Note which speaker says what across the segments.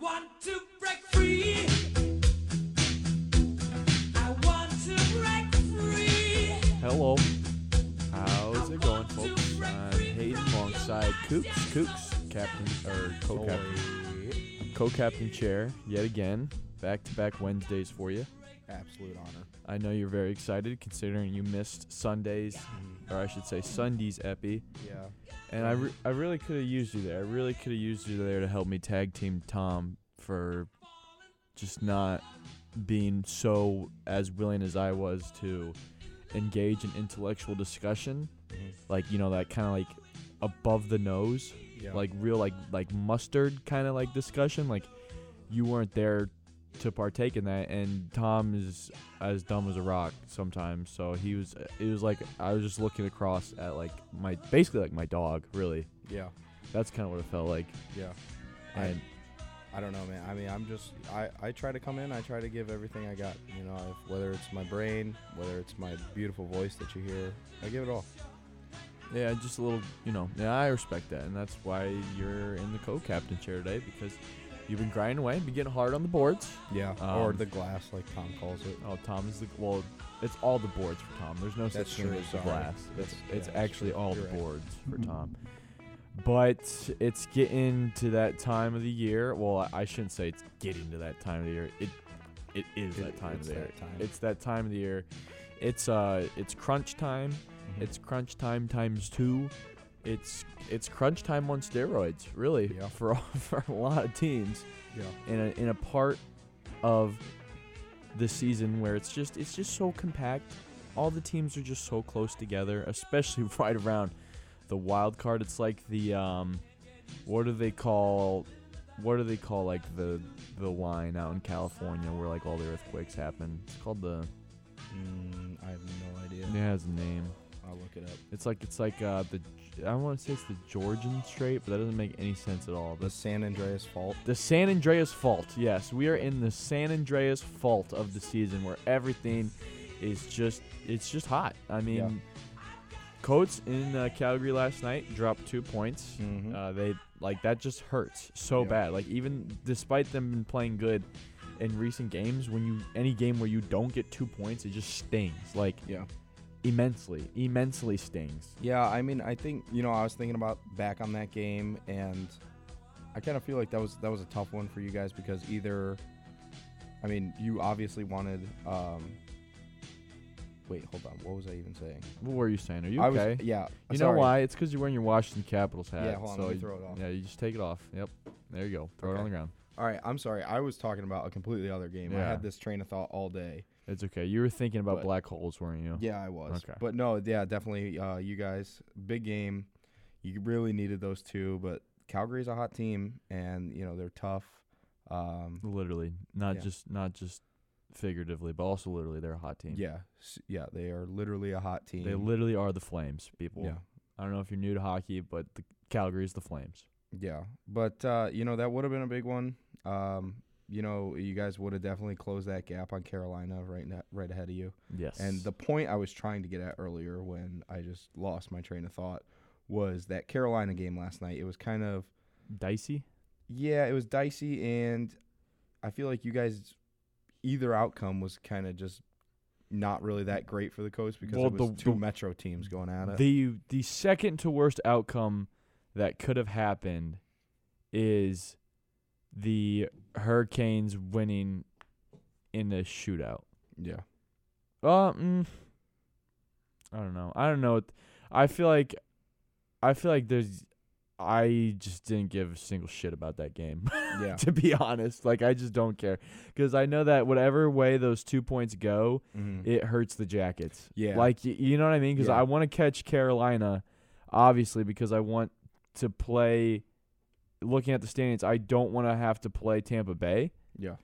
Speaker 1: want to break free. I want to break free.
Speaker 2: Hello. How's
Speaker 1: I
Speaker 2: it going,
Speaker 1: want to
Speaker 2: folks?
Speaker 1: break
Speaker 2: I'm
Speaker 1: free
Speaker 2: Hayden
Speaker 1: from your
Speaker 2: alongside
Speaker 1: lies,
Speaker 2: Kooks.
Speaker 1: yes,
Speaker 2: Kooks, captain or co-captain,
Speaker 3: Boy,
Speaker 2: co-captain chair yet again. Back-to-back Wednesdays for you.
Speaker 3: Absolute honor.
Speaker 2: I know you're very excited considering you missed Sundays, or I should say Sunday's epi.
Speaker 3: Mm-hmm. Yeah.
Speaker 2: And I, re- I really could have used you there. I really could have used you there to help me tag team Tom for just not being so as willing as I was to engage in intellectual discussion. Like, you know, that kind of like above the nose,
Speaker 3: Yeah.
Speaker 2: like real like like mustard kind of like discussion. Like you weren't there to partake in that and Tom is as dumb as a rock sometimes. So he was it was like I was just looking across at like my basically like my dog, really.
Speaker 3: Yeah.
Speaker 2: That's kind of what it felt like.
Speaker 3: Yeah.
Speaker 2: And
Speaker 3: I don't know, man. I mean, I'm just I I try to come in. I try to give everything I got. You know, if, whether it's my brain, whether it's my beautiful voice that you hear, I give it all.
Speaker 2: yeah, just a little, you know. Yeah, I respect that, and that's why you're in the co-captain chair today because you've been grinding away, been getting hard on the boards.
Speaker 3: Yeah. or
Speaker 2: Um,
Speaker 3: the glass, like Tom calls it.
Speaker 2: Oh, Tom is the well. It's all the boards for Tom. There's no such
Speaker 3: That's
Speaker 2: thing
Speaker 3: true,
Speaker 2: as the
Speaker 3: sorry.
Speaker 2: glass. It's
Speaker 3: That's-
Speaker 2: it's
Speaker 3: yeah, that's
Speaker 2: actually
Speaker 3: true.
Speaker 2: all
Speaker 3: You're
Speaker 2: the
Speaker 3: right. Mm-hmm.
Speaker 2: boards for Tom. But it's getting to that time of the year. Well, I- I shouldn't say it's getting to that time of the year. It it is
Speaker 3: It-
Speaker 2: that time of
Speaker 3: it's
Speaker 2: the year.
Speaker 3: that time.
Speaker 2: It's that time of the year. It's uh it's crunch time.
Speaker 3: Mhm.
Speaker 2: It's crunch time times two. It's it's crunch time on steroids, really,
Speaker 3: Yeah.
Speaker 2: for all, for a lot of teams
Speaker 3: yeah.
Speaker 2: in a, in a part of the season where it's just it's just so compact. All the teams are just so close together, especially right around the wild card. It's like the um, what do they call? What do they call like the the line out in California where like all the earthquakes happen? It's called the
Speaker 3: Mm, I have no idea.
Speaker 2: it has a name.
Speaker 3: I'll look it up.
Speaker 2: It's like it's like uh, the I want to say it's the Georgian Strait, but that doesn't make any sense at all.
Speaker 3: The
Speaker 2: That's
Speaker 3: San Andreas Fault.
Speaker 2: The San Andreas fault. Yes, we are in the San Andreas fault of the season where everything is just it's just hot. I mean,
Speaker 3: Yeah.
Speaker 2: Coates in uh, Calgary last night dropped 2 points.
Speaker 3: Mhm.
Speaker 2: Uh, they like that just hurts so
Speaker 3: Yeah.
Speaker 2: bad. Like even despite them been playing good in recent games, when you any game where you don't get 2 points, it just stings like
Speaker 3: Yeah.
Speaker 2: immensely. Immensely stings.
Speaker 3: Yeah, I mean, I think you know, I was thinking about back on that game, and I kind of feel like that was that was a tough one for you guys because either, I mean, you obviously wanted. um Wait, hold on. What was I even saying?
Speaker 2: What were you saying? Are you
Speaker 3: I was
Speaker 2: okay?
Speaker 3: yeah.
Speaker 2: You
Speaker 3: sorry.
Speaker 2: know why? It's because you're wearing your Washington Capitals hat.
Speaker 3: Yeah, hold on,
Speaker 2: so
Speaker 3: let me
Speaker 2: you-
Speaker 3: throw it off.
Speaker 2: Yeah, you just take it off. Yep. There you go. Throw it on
Speaker 3: Okay.
Speaker 2: the ground.
Speaker 3: All right, I'm sorry. I was talking about a completely other game. I
Speaker 2: Yeah.
Speaker 3: had this train of thought all day.
Speaker 2: It's okay. You were thinking about
Speaker 3: But-
Speaker 2: black holes, weren't you?
Speaker 3: Yeah, I was.
Speaker 2: Oh, Okay.
Speaker 3: But no, yeah, definitely. Uh, you guys, big game. You really needed those two, but Calgary's a hot team, and you know they're tough. Um,
Speaker 2: Literally, not
Speaker 3: Yeah.
Speaker 2: just not just figuratively, but also literally, they're a hot team.
Speaker 3: Yeah, s- yeah, they are literally a hot team.
Speaker 2: They literally are the Flames, people.
Speaker 3: yeah,
Speaker 2: I don't know if you're new to hockey, but the Calgary's the Flames.
Speaker 3: yeah. But uh, you know that would have been a big one. Um, you know, you guys would have definitely closed that gap on Carolina right na- right ahead of you.
Speaker 2: Yes.
Speaker 3: And the point I was trying to get at earlier, when I just lost my train of thought, was that Carolina game last night. It was kind of
Speaker 2: dicey.
Speaker 3: yeah, it was dicey, and I feel like you guys either outcome was kind of just not really that great for the coast because
Speaker 2: Well,
Speaker 3: it was
Speaker 2: the-
Speaker 3: two
Speaker 2: the-
Speaker 3: metro teams going at it.
Speaker 2: The the second to worst outcome that could have happened is the Hurricanes winning in a shootout.
Speaker 3: yeah.
Speaker 2: Uh, mm, I don't know. I don't know. what- I feel like, I feel like there's, I just didn't give a single shit about that game.
Speaker 3: Yeah.
Speaker 2: to be honest, like I just don't care because I know that whatever way those two points go,
Speaker 3: Mhm.
Speaker 2: it hurts the Jackets.
Speaker 3: Yeah.
Speaker 2: Like y- you know what I mean? Because
Speaker 3: Yeah.
Speaker 2: I want to catch Carolina, obviously, because I want to play. Looking at the standings, I don't want to have to play Tampa Bay.
Speaker 3: yeah.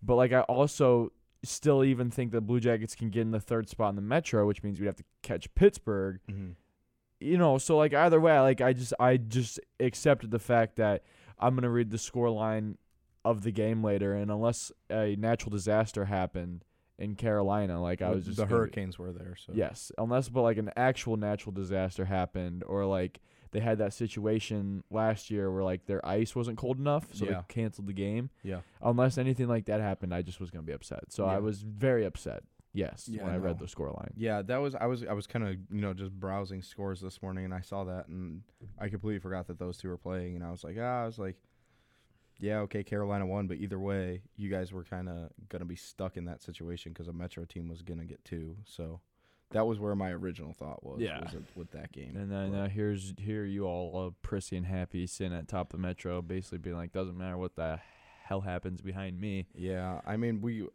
Speaker 2: But like I also still even think the Blue Jackets can get in the third spot in the Metro, which means we'd have to catch Pittsburgh.
Speaker 3: Mm-hmm.
Speaker 2: You know, so like either way, like I just I just accepted the fact that I'm gonna read the score line of the game later, and unless a natural disaster happened in Carolina, like I
Speaker 3: Well,
Speaker 2: was just
Speaker 3: the
Speaker 2: gonna-
Speaker 3: hurricanes were there. So
Speaker 2: Yes, unless but like an actual natural disaster happened, or like they had that situation last year where like their ice wasn't cold enough, so
Speaker 3: Yeah.
Speaker 2: they canceled the game.
Speaker 3: Yeah.
Speaker 2: Unless anything like that happened, I just was gonna be upset. So
Speaker 3: Yeah.
Speaker 2: I was very upset. Yes,
Speaker 3: Yeah,
Speaker 2: when I read
Speaker 3: no.
Speaker 2: the score line.
Speaker 3: Yeah, that was I was I was kind of you know just browsing scores this morning and I saw that and I completely forgot that those two were playing and I was like ah I was like yeah okay Carolina won but either way you guys were kind of gonna be stuck in that situation because a Metro team was gonna get two so that was where my original thought was
Speaker 2: Yeah.
Speaker 3: was it- with that game
Speaker 2: And then
Speaker 3: But-
Speaker 2: uh, here's here you all uh, prissy and happy sitting at top of the metro, basically being like, doesn't matter what the hell happens behind me.
Speaker 3: yeah I mean we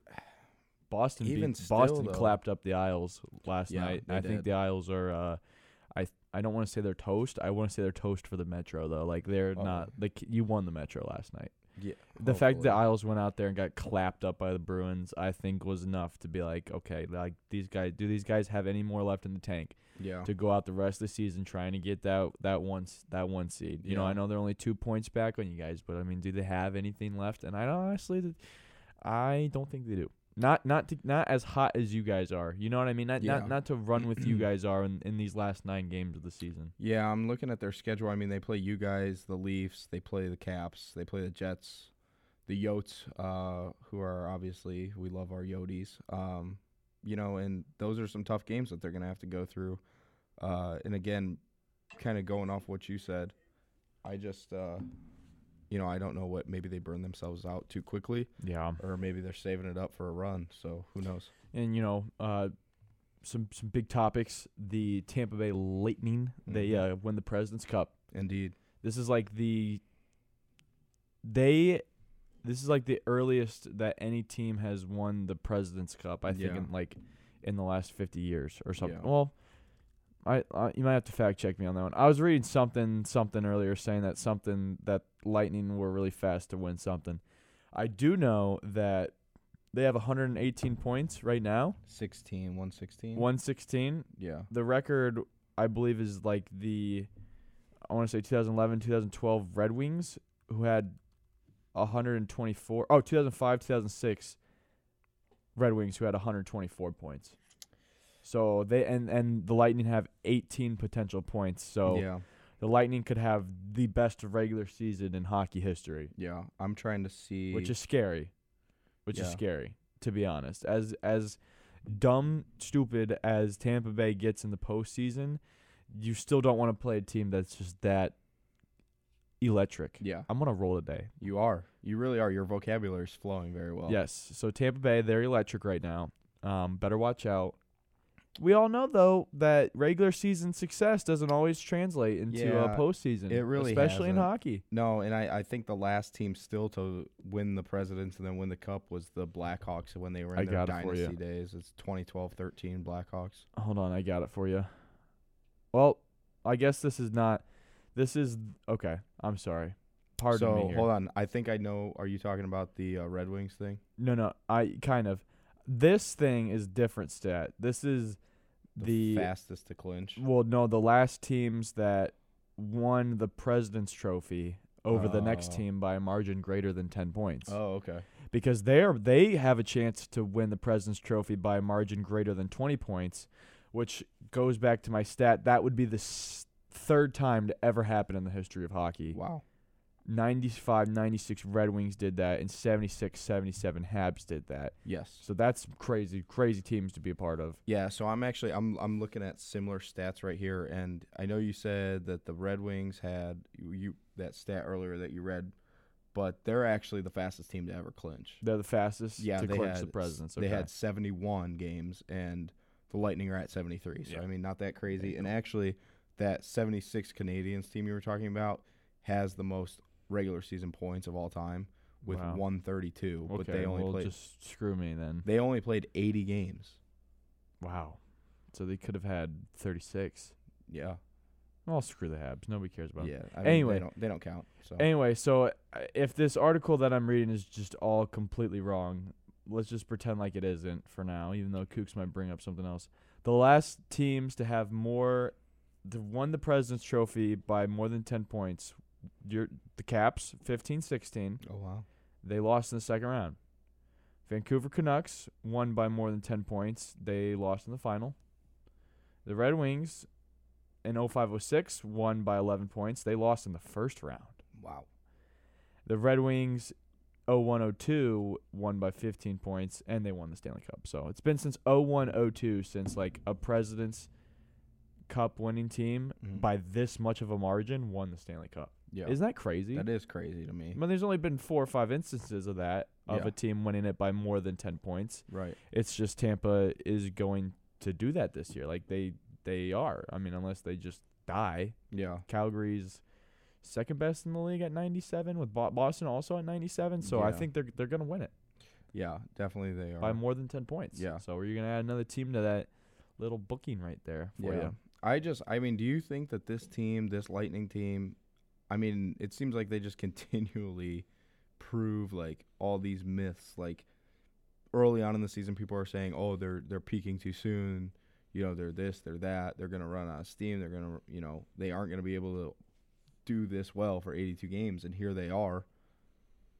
Speaker 2: Boston
Speaker 3: Even
Speaker 2: beat,
Speaker 3: still,
Speaker 2: Boston
Speaker 3: though-
Speaker 2: clapped up the Isles last
Speaker 3: Yeah,
Speaker 2: night.
Speaker 3: they
Speaker 2: I think
Speaker 3: did.
Speaker 2: the Isles are uh I I don't want to say they're toast. I want to say they're toast for the Metro though. Like they're
Speaker 3: Uh-oh.
Speaker 2: not like you won the Metro last night.
Speaker 3: yeah
Speaker 2: The fact that the
Speaker 3: hopefully.
Speaker 2: Isles went out there and got clapped up by the Bruins, I think was enough to be like, okay, like these guys do these guys have any more left in the tank
Speaker 3: yeah
Speaker 2: to go out the rest of the season trying to get that that one s- that one seed. You know,
Speaker 3: Yeah.
Speaker 2: I know they're only two points back on you guys, but I mean, do they have anything left? And I honestly, th- I don't think they do. Not not to, not as hot as you guys are. You know what I mean? Not
Speaker 3: Yeah.
Speaker 2: not not to run with you guys are in, in these last nine games of the season.
Speaker 3: Yeah, I'm looking at their schedule. I mean, they play you guys, the Leafs, they play the Caps, they play the Jets, the Yotes, uh, who are obviously we love our Yotes. Um, you know, and those are some tough games that they're gonna have to go through. Uh, and again, kind of going off what you said, I just, uh, you know, I don't know what maybe they burn themselves out too quickly,
Speaker 2: Yeah.
Speaker 3: or maybe they're saving it up for a run. So who knows?
Speaker 2: and you know uh, some some big topics. The Tampa Bay Lightning they
Speaker 3: Mhm.
Speaker 2: uh, win the Presidents Cup.
Speaker 3: Indeed.
Speaker 2: This is like the they this is like the earliest that any team has won the President's Cup. I think
Speaker 3: Yeah.
Speaker 2: in like in the last 50 years or something.
Speaker 3: Yeah.
Speaker 2: Well, I, I you might have to fact check me on that one. I was reading something something earlier saying that something that Lightning were really fast to win something. I do know that they have 118 points right now,
Speaker 3: 16, 116.
Speaker 2: 116
Speaker 3: Yeah.
Speaker 2: the record I believe is like the I want to say 2011 2012 Red Wings who had 124 oh 2005 2006 Red Wings who had 124 points. So they and and the Lightning have 18 potential points. So
Speaker 3: Yeah.
Speaker 2: the Lightning could have the best regular season in hockey history,
Speaker 3: Yeah. I'm trying to see.
Speaker 2: which is scary. Which is
Speaker 3: Yeah.
Speaker 2: scary to be honest. As as dumb stupid as Tampa Bay gets in the postseason, you still don't want to play a team that's just that electric.
Speaker 3: Yeah.
Speaker 2: I'm gonna roll today.
Speaker 3: You are. You really are. Your vocabulary is flowing very well.
Speaker 2: Yes. So Tampa Bay, they're electric right now. Um, better watch out. We all know though that regular season success doesn't always translate into
Speaker 3: Yeah,
Speaker 2: a postseason.
Speaker 3: it really
Speaker 2: especially in
Speaker 3: hasn't.
Speaker 2: hockey.
Speaker 3: No, and I, I think the last team still to win the Presidents and then win the Cup was the Blackhawks when they were in
Speaker 2: I
Speaker 3: their
Speaker 2: got it for
Speaker 3: dynasty
Speaker 2: you.
Speaker 3: days. It's 2012-13 Blackhawks.
Speaker 2: Hold on, I got it for you. Well, I guess this is not. This is okay. I'm sorry. Pardon
Speaker 3: so,
Speaker 2: me. here.
Speaker 3: hold on. I think I know. Are you talking about the uh, Red Wings thing?
Speaker 2: No, no. I kind of. This thing is different stat. This is the,
Speaker 3: fastest to clinch.
Speaker 2: well, no, the last teams that won the President's Trophy over the next
Speaker 3: Oh.
Speaker 2: team by a margin greater than ten points.
Speaker 3: Oh, okay.
Speaker 2: because they're they have a chance to win the President's Trophy by a margin greater than 20 points, which goes back to my stat. That would be the s- third time to ever happen in the history of hockey.
Speaker 3: Wow.
Speaker 2: 95 96 Red Wings did that, and 76 77 Habs did that.
Speaker 3: Yes.
Speaker 2: So that's some crazy, crazy teams to be a part of.
Speaker 3: Yeah, so I'm actually I'm I'm looking at similar stats right here and I know you said that the Red Wings had you, you that stat earlier that you read, but they're actually the fastest team to ever clinch.
Speaker 2: They're the fastest
Speaker 3: yeah,
Speaker 2: to
Speaker 3: they
Speaker 2: clinch
Speaker 3: had,
Speaker 2: the President's.
Speaker 3: They
Speaker 2: Okay.
Speaker 3: had 71 games, and the Lightning are at 73. So
Speaker 2: Yeah.
Speaker 3: I mean, not that crazy. And actually, that 76 Canadians team you were talking about has the most regular season points of all time with
Speaker 2: Wow.
Speaker 3: 132.
Speaker 2: okay,
Speaker 3: but they only
Speaker 2: well,
Speaker 3: played
Speaker 2: just screw me then.
Speaker 3: they only played 80 games.
Speaker 2: Wow. So they could have had 36.
Speaker 3: Yeah,
Speaker 2: Well, screw the Habs. Nobody cares about
Speaker 3: yeah. I mean,
Speaker 2: anyway.
Speaker 3: they don't, they don't count. So
Speaker 2: Anyway, so uh, if this article that I'm reading is just all completely wrong, let's just pretend like it isn't for now, even though Kooks might bring up something else. The last teams to have more, to won the President's Trophy by more than 10 points, your, the Caps, 15 16.
Speaker 3: oh wow,
Speaker 2: They lost in the second round. Vancouver Canucks won by more than 10 points. They lost in the final. The Red Wings in 0506 won by 11 points. They lost in the first round.
Speaker 3: Wow.
Speaker 2: The Red Wings 0102 won by 15 points and they won the Stanley Cup. So it's been since 0102 since like a President's Cup winning team
Speaker 3: Mhm.
Speaker 2: by this much of a margin won the Stanley Cup.
Speaker 3: Yeah.
Speaker 2: Isn't that crazy?
Speaker 3: that is crazy to me.
Speaker 2: I mean, there's only been four or five instances of that of
Speaker 3: Yeah.
Speaker 2: a team winning it by more than 10 points.
Speaker 3: Right.
Speaker 2: It's just Tampa is going to do that this year. Like they they are. I mean, unless they just die.
Speaker 3: Yeah.
Speaker 2: Calgary's second best in the league at 97 with Bo- Boston also at 97 so I
Speaker 3: Yeah.
Speaker 2: think they're they're going to win it
Speaker 3: Yeah. Definitely they are.
Speaker 2: by more than 10 points.
Speaker 3: Yeah.
Speaker 2: So you're going to add another team to that little booking right there for
Speaker 3: yeah.
Speaker 2: you.
Speaker 3: I just, I mean, do you think that this team, this Lightning team, I mean, it seems like they just continually prove like all these myths. Like early on in the season, people are saying, "Oh, they're they're peaking too soon." You know, they're this, they're that. They're gonna run out of steam. They're gonna, you know, they aren't gonna be able to do this well for 82 games. And here they are.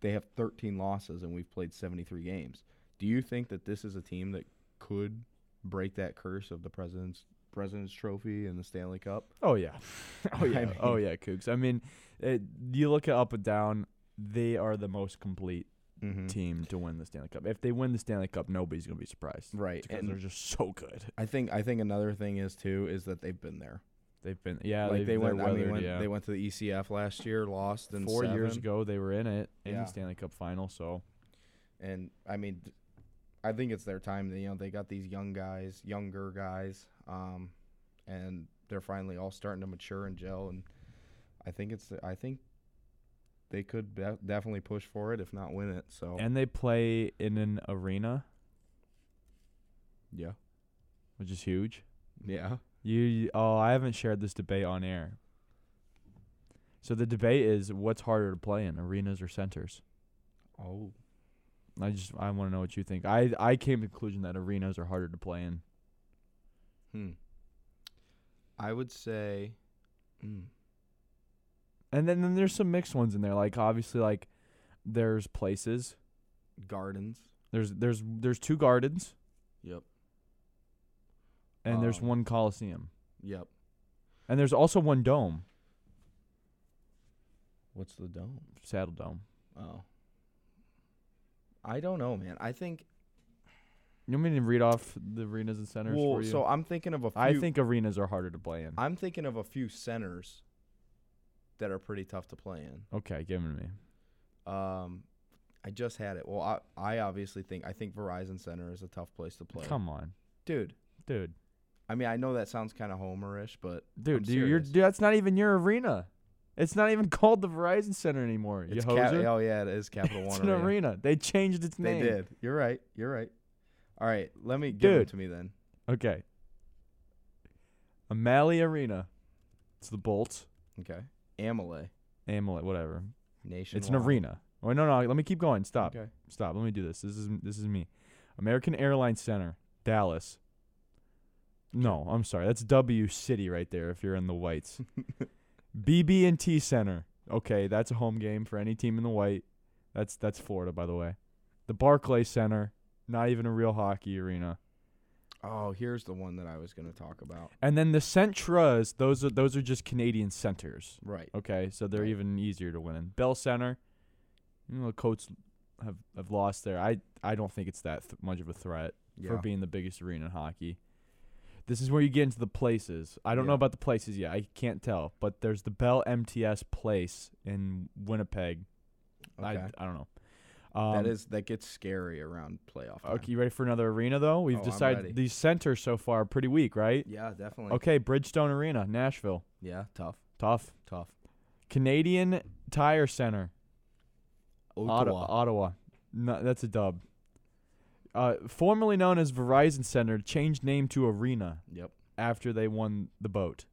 Speaker 3: They have 13 losses, and we've played 73 games. Do you think that this is a team that could break that curse of the president's President's Trophy and the Stanley Cup.
Speaker 2: Oh yeah. oh
Speaker 3: I
Speaker 2: yeah.
Speaker 3: mean-
Speaker 2: oh yeah, Cougs. I mean, it, you look at up and down, they are the most complete
Speaker 3: Mm-hmm.
Speaker 2: team to win the Stanley Cup. If they win the Stanley Cup, nobody's going to be surprised.
Speaker 3: Right,
Speaker 2: Because they're
Speaker 3: and
Speaker 2: just so good.
Speaker 3: I think I think another thing is too is that they've been there.
Speaker 2: They've been yeah,
Speaker 3: like
Speaker 2: they've,
Speaker 3: they
Speaker 2: they're
Speaker 3: went, I mean,
Speaker 2: weathered,
Speaker 3: went-
Speaker 2: yeah.
Speaker 3: they went to the ECF last year, lost in
Speaker 2: 4 years
Speaker 3: seven,
Speaker 2: ago they were in it in
Speaker 3: Yeah.
Speaker 2: the Stanley Cup final, so
Speaker 3: and I mean, th- I think it's their time. They, you know, they got these young guys, younger guys, um, and they're finally all starting to mature and gel. And I think it's I think they could de- definitely push for it, if not win it. So
Speaker 2: and they play in an arena,
Speaker 3: yeah,
Speaker 2: which is huge.
Speaker 3: yeah,
Speaker 2: You, you oh, I haven't shared this debate on air. So the debate is what's harder to play in, arenas or centers?
Speaker 3: oh
Speaker 2: I just I want to know what you think. I I came to the conclusion that arenas are harder to play in.
Speaker 3: Hmm. I would say. Mm.
Speaker 2: And then, then there's some mixed ones in there. Like obviously like there's places.
Speaker 3: Gardens.
Speaker 2: There's there's there's two gardens
Speaker 3: Yep.
Speaker 2: and there's
Speaker 3: Um,
Speaker 2: one coliseum.
Speaker 3: Yep.
Speaker 2: And there's also one dome,
Speaker 3: What's the dome?
Speaker 2: Saddle Dome.
Speaker 3: Oh. I don't know, man. I think.
Speaker 2: You want me to read off the arenas and centers
Speaker 3: Well,
Speaker 2: for you?
Speaker 3: so I'm thinking of a few.
Speaker 2: I think arenas are harder to play in.
Speaker 3: I'm thinking of a few centers that are pretty tough to play in.
Speaker 2: okay, give it to me.
Speaker 3: Um, I just had it. Well, I, I obviously think I think Verizon Center is a tough place to play,
Speaker 2: Come on,
Speaker 3: dude.
Speaker 2: dude.
Speaker 3: I mean, I know that sounds kind of homerish, but I'm
Speaker 2: Dude, dude, you're,
Speaker 3: serious.
Speaker 2: dude, that's not even your arena. It's not even called the Verizon Center anymore. you
Speaker 3: It's cap-
Speaker 2: hoser.
Speaker 3: oh yeah, it is Capital
Speaker 2: it's
Speaker 3: One
Speaker 2: an
Speaker 3: Arena.
Speaker 2: arena. They changed its
Speaker 3: They
Speaker 2: name.
Speaker 3: did. You're right. You're right. All right, let me give it
Speaker 2: Dude.
Speaker 3: to me then.
Speaker 2: Okay. O'Malley Arena. It's the Bolts.
Speaker 3: Okay. Amelie
Speaker 2: Amulet, whatever.
Speaker 3: Nation.
Speaker 2: It's an arena. Oh no, no. Let me keep going. Stop.
Speaker 3: Okay.
Speaker 2: Stop. Let me do this. This is this is me. American Airlines Center, Dallas. No, I'm sorry. That's W City right there. If you're in the whites. BB&T Center. Okay, that's a home game for any team in the white. That's that's Florida, by the way. The Barclay Center, not even a real hockey arena.
Speaker 3: Oh, here's the one that I was going to talk about.
Speaker 2: And then the Centras, those are those are just Canadian centers.
Speaker 3: Right.
Speaker 2: Okay, so they're
Speaker 3: Right.
Speaker 2: even easier to win in. Bell Center, you know, the Coats have have lost there. I I don't think it's that th- much of a threat
Speaker 3: Yeah.
Speaker 2: for being the biggest arena in hockey. This is where you get into the places. I don't know
Speaker 3: Yeah.
Speaker 2: about the places yet. I can't tell, but there's the Bell MTS place in Winnipeg.
Speaker 3: okay.
Speaker 2: I, I don't know. Um,
Speaker 3: that is that gets scary around playoff. time.
Speaker 2: okay. You ready for another arena though? We've
Speaker 3: Oh, I'm ready.
Speaker 2: decided these centers so far are pretty weak, right?
Speaker 3: Yeah, definitely.
Speaker 2: Okay, Bridgestone Arena, Nashville,
Speaker 3: Yeah, tough,
Speaker 2: tough.
Speaker 3: tough.
Speaker 2: Canadian Tire Center,
Speaker 3: Ottawa.
Speaker 2: Ottawa. Ottawa. No, that's a dub. Uh, formerly known as Verizon Center, changed name to Arena
Speaker 3: Yep.
Speaker 2: after they won the boat.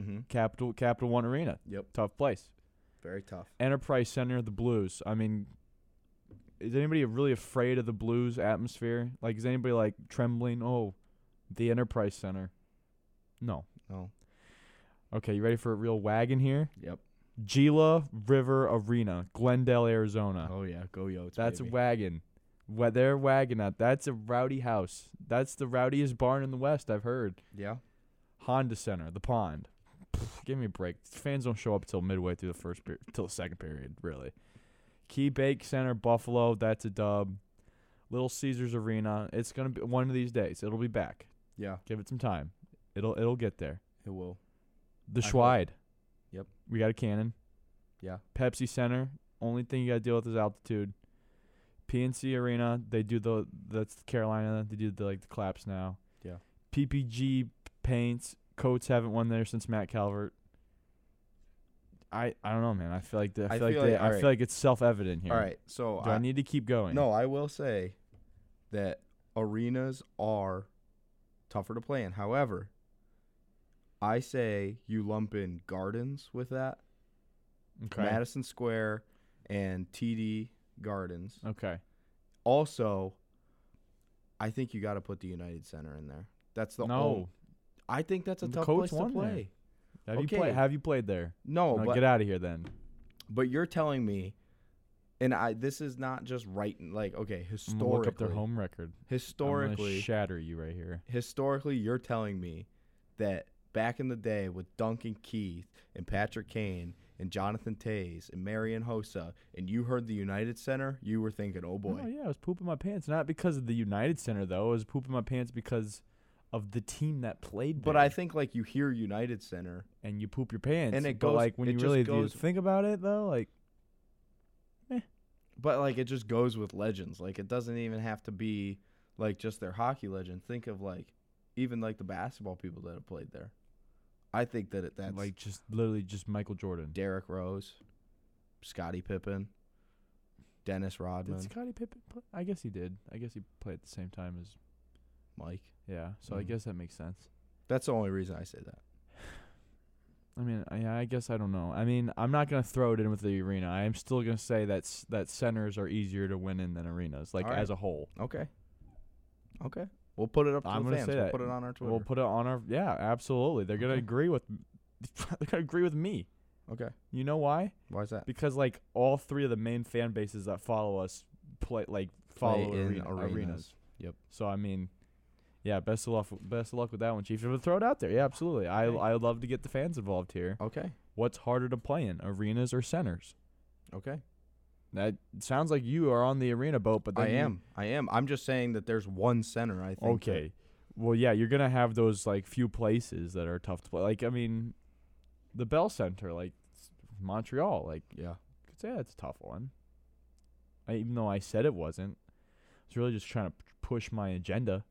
Speaker 3: Mm-hmm.
Speaker 2: Capital Capital One Arena.
Speaker 3: Yep.
Speaker 2: Tough place.
Speaker 3: Very tough.
Speaker 2: Enterprise Center, the Blues. I mean, is anybody really afraid of the Blues atmosphere? Like, is anybody like trembling? Oh, the Enterprise Center. No.
Speaker 3: No.
Speaker 2: Okay, you ready for a real wagon here?
Speaker 3: Yep.
Speaker 2: Gila River Arena, Glendale, Arizona.
Speaker 3: Oh yeah, go Yotes.
Speaker 2: Uh, That's
Speaker 3: baby.
Speaker 2: a wagon. What they're wagging at. That's a rowdy house. That's the rowdiest barn in the West, I've heard.
Speaker 3: yeah.
Speaker 2: Honda Center, the pond. Pff, give me a break. Fans don't show up till midway through the first period, till the second period, really. Key Bank Center, Buffalo, that's a dub. Little Caesars Arena, it's gonna be one of these days. It'll be back.
Speaker 3: Yeah,
Speaker 2: Give it some time. It'll it'll get there.
Speaker 3: it will.
Speaker 2: The
Speaker 3: I hope.
Speaker 2: Schwide.
Speaker 3: Yep.
Speaker 2: We got a cannon.
Speaker 3: Yeah.
Speaker 2: Pepsi Center. Only thing you got to deal with is altitude. PNC Arena. They do the that's Carolina. They do the like the claps now.
Speaker 3: Yeah.
Speaker 2: PPG paints. Coats haven't won there since Matt Calvert. I I don't know, man. I feel like the, I
Speaker 3: I
Speaker 2: feel like,
Speaker 3: feel
Speaker 2: they,
Speaker 3: like-
Speaker 2: I
Speaker 3: all
Speaker 2: feel
Speaker 3: right.
Speaker 2: like it's self evident here.
Speaker 3: All right, so
Speaker 2: Do I, need to keep going?
Speaker 3: No, I will say that arenas are tougher to play in. However, I say you lump in gardens with that,
Speaker 2: Okay.
Speaker 3: Madison Square and TD Gardens.
Speaker 2: Okay.
Speaker 3: Also, I think you got to put the United Center in there. That's the
Speaker 2: no.
Speaker 3: ol- I think that's a
Speaker 2: The
Speaker 3: tough
Speaker 2: Colts
Speaker 3: place to
Speaker 2: won there.
Speaker 3: play.
Speaker 2: Have you played?
Speaker 3: okay.
Speaker 2: Have you played there?
Speaker 3: No,
Speaker 2: No,
Speaker 3: but
Speaker 2: get out of here then.
Speaker 3: but you're telling me, and I this is not just right. Like okay,
Speaker 2: I'm gonna
Speaker 3: historically,
Speaker 2: look up their home record. I'm gonna
Speaker 3: historically,
Speaker 2: shatter you right here.
Speaker 3: historically, you're telling me that back in the day with Duncan Keith and Patrick Kane and Jonathan Tays and Marion Hosa, and you heard the United Center, you were thinking, oh boy.
Speaker 2: No, yeah, I was pooping my pants. Not because of the United Center though. I was pooping my pants because of the team that played.
Speaker 3: But
Speaker 2: there.
Speaker 3: I think like you hear United Center,
Speaker 2: and you poop your pants.
Speaker 3: and it
Speaker 2: but,
Speaker 3: goes-
Speaker 2: like when
Speaker 3: it
Speaker 2: you
Speaker 3: just
Speaker 2: really
Speaker 3: goes-
Speaker 2: do think about it though, like
Speaker 3: but like it just goes with legends. Like it doesn't even have to be like just their hockey legend. Think of like even like the basketball people that have played there. I think that it, that's
Speaker 2: like just literally just Michael Jordan.
Speaker 3: Derrick Rose, Scottie Pippen, Dennis Rodman,
Speaker 2: Did Scottie Pippen? Play? I guess he did. I guess he played at the same time as
Speaker 3: Mike.
Speaker 2: yeah. So I
Speaker 3: Mhm.
Speaker 2: guess that makes sense.
Speaker 3: That's the only reason I say that.
Speaker 2: I mean, I, I guess I don't know. I mean, I'm not gonna throw it in with the arena. I am still gonna say that s- that centers are easier to win in than arenas, like
Speaker 3: All right.
Speaker 2: as a whole.
Speaker 3: Okay. Okay. We'll put it up to
Speaker 2: I'm
Speaker 3: the
Speaker 2: gonna
Speaker 3: fans.
Speaker 2: say
Speaker 3: we'll
Speaker 2: that.
Speaker 3: put it on our Twitter.
Speaker 2: We'll put it on our yeah, absolutely. They're gonna
Speaker 3: Okay.
Speaker 2: agree with they're gonna agree with me.
Speaker 3: okay.
Speaker 2: You know why?
Speaker 3: Why is that?
Speaker 2: Because like all three of the main fan bases that follow us play like follow
Speaker 3: in
Speaker 2: arena-
Speaker 3: arenas.
Speaker 2: arenas.
Speaker 3: Yep.
Speaker 2: So I mean, yeah, best of luck best of luck with that one, Chief. But throw it out there. Yeah, absolutely. I
Speaker 3: Okay.
Speaker 2: I love to get the fans involved here.
Speaker 3: Okay.
Speaker 2: What's harder to play in, arenas or centers?
Speaker 3: Okay.
Speaker 2: That sounds like you are on the arena boat, but then
Speaker 3: I
Speaker 2: you-
Speaker 3: am. I am. I'm just saying that there's one center. I think. that-
Speaker 2: Okay. Well, yeah, you're gonna have those like few places that are tough to play. Like, I mean, the Bell Center, like s- Montreal, like
Speaker 3: yeah.
Speaker 2: you could say that's a tough one. I, even though I said it wasn't, I was really just trying to p- push my agenda.